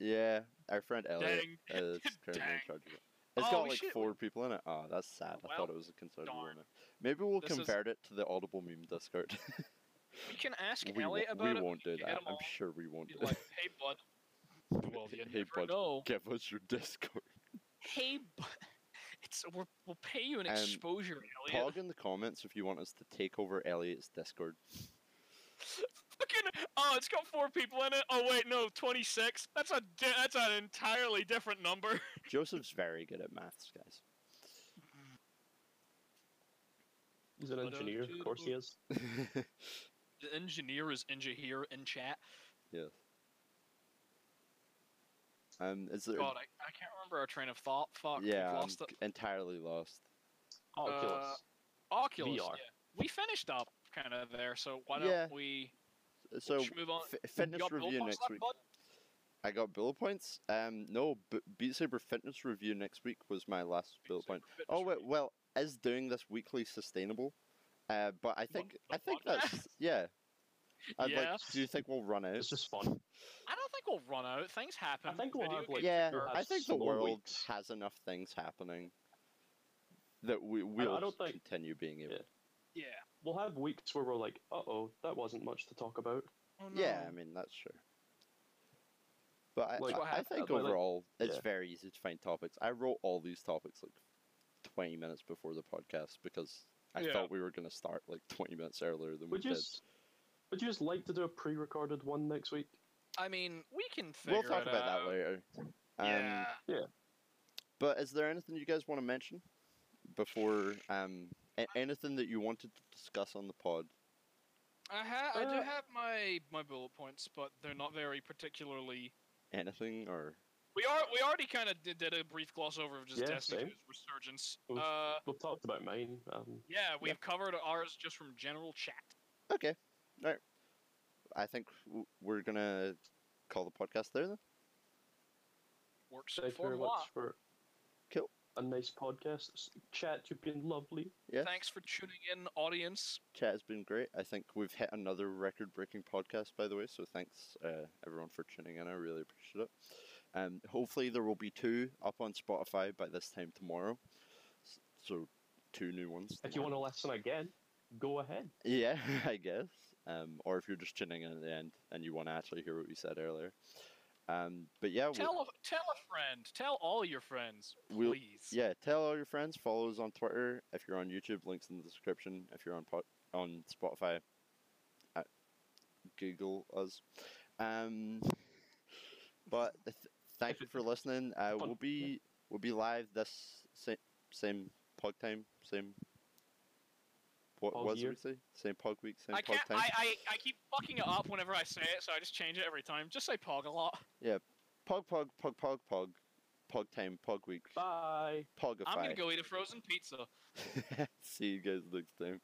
S1: yeah, our friend Elliot.
S3: Dang.
S1: Uh, it's currently in
S3: Dang.
S1: charge of it. It's
S3: Oh,
S1: got
S3: we
S1: like
S3: should-
S1: four people in it. Oh, that's sad. I thought it
S3: Well,
S1: was a concerned
S3: darn.
S1: woman. Maybe we'll
S3: This is-
S1: convert it to the Audible meme Discord.
S3: We can ask
S1: we
S3: Elliot
S1: won't-
S3: about
S1: we
S3: it.
S1: won't do
S3: get
S1: that.
S3: him
S1: I'm
S3: all.
S1: sure we won't
S3: Be
S1: do
S3: like, hey bud. Well, you
S1: Hey,
S3: never
S1: bud.
S3: know.
S1: Give us your Discord.
S3: Hey bud. It's we're, we'll pay you an
S1: Um,
S3: exposure, Elliot.
S1: Pog in the comments if you want us to take over Elliot's Discord.
S3: Fucking, oh, it's got four people in it. Oh wait, no, twenty six. That's a di- that's an entirely different number.
S1: Joseph's very good at maths, guys.
S4: He's an
S3: What
S4: engineer, of course he is.
S3: The engineer is engineer in chat.
S1: yes. Um, is there?
S3: God, I, I can't remember our train of thought. Fuck,
S1: yeah, um, I'm
S3: we've lost
S1: g- entirely lost.
S4: Oculus.
S3: uh, it. Oculus.
S4: VR.
S3: yeah. We finished up kind of there, so why don't
S1: Yeah.
S3: we
S1: So
S3: just move on?
S1: f- fitness
S3: You got
S1: review
S3: Bullpups
S1: next
S3: left,
S1: week.
S3: bud?
S1: I got bullet points. Um, no, B- Beat Saber fitness review next week was my last bullet point.
S3: Fitness
S1: Oh wait,
S3: review.
S1: well, is doing this weekly sustainable? Uh, but I think
S3: the
S1: I think that's yeah. I'd
S3: Yeah.
S1: like. Do you think we'll run out?
S4: It's just fun.
S3: I don't think we'll run out. Things happen.
S4: think we'll
S3: Video
S4: have, like,
S3: games
S1: Yeah,
S3: are-
S4: have
S1: I think the
S4: slow
S1: world
S4: weeks.
S1: has enough things happening that we will
S4: don't think-
S1: continue being able.
S4: Yeah.
S3: yeah.
S4: We'll have weeks where we're like, uh oh, that wasn't much to talk about.
S3: Oh,
S1: Yeah, I
S3: no.
S1: mean that's true. But I,
S4: Like-
S1: I-
S3: What
S1: I,
S3: happened-
S1: think
S4: like- like-
S1: overall it's
S4: yeah.
S1: very easy to find topics. I wrote all these topics like twenty minutes before the podcast because I
S3: Yeah.
S1: thought we were gonna start like twenty minutes earlier than
S4: Would
S1: we
S4: you, s- would you just like to do a pre recorded one next week?
S3: I mean, we can
S1: did.
S3: figure
S1: We'll talk
S3: it
S1: about
S3: out.
S1: that later. Um,
S3: yeah.
S1: But is there anything you guys want to mention before um a- anything that you wanted to discuss on the pod?
S3: I, ha- I do
S4: Uh,
S3: have my, my bullet points, but they're not very particularly
S1: Anything or
S3: We are we already kind of did, did a brief gloss over of just
S4: Yeah,
S3: Destiny
S4: same.
S3: 2's resurgence.
S4: Oof.
S3: Uh,
S4: We've talked about mine. Um,
S3: yeah, we've covered ours just from general chat.
S1: Okay. All right. I think w- we're going to call the podcast there then.
S3: Works
S4: thank you
S3: for
S4: very
S3: moi.
S4: much for
S1: Cool.
S4: a nice podcast. S- Chat, you've been lovely.
S1: Yeah.
S3: Thanks for tuning in, audience.
S1: Chat has been great. I think we've hit another record breaking podcast, by the way. So thanks, uh, everyone, for tuning in. I really appreciate it. Um, hopefully, there will be two up on Spotify by this time tomorrow. S- So, two new ones.
S4: If you want to listen again, go ahead.
S1: Yeah, I guess. Um, or if you're just tuning in at the end and you want to actually hear what we said earlier. Um, but yeah,
S4: Oh,
S1: we-
S3: Tell a, tell a friend. Tell all your friends,
S1: We'll-
S3: please.
S1: yeah, tell all your friends. Follow us on Twitter. If you're on YouTube, links in the description. If you're on po- on Spotify, uh, Google us. Um, but th- thank you for listening. Uh,
S4: Fun.
S1: we'll be we'll be live this same same pod time same. What
S4: Pod
S1: was it
S4: year?
S1: we say? Same pog week, same
S3: I
S1: pog
S3: can't.
S1: time.
S3: I, I, I keep fucking it up whenever I say it, so I just change it every time. Just say pog a lot.
S1: Pog pog pog pog pog pog time pog week
S4: Bye.
S1: pogify.
S3: I'm gonna go eat a frozen pizza.
S1: See you guys next time.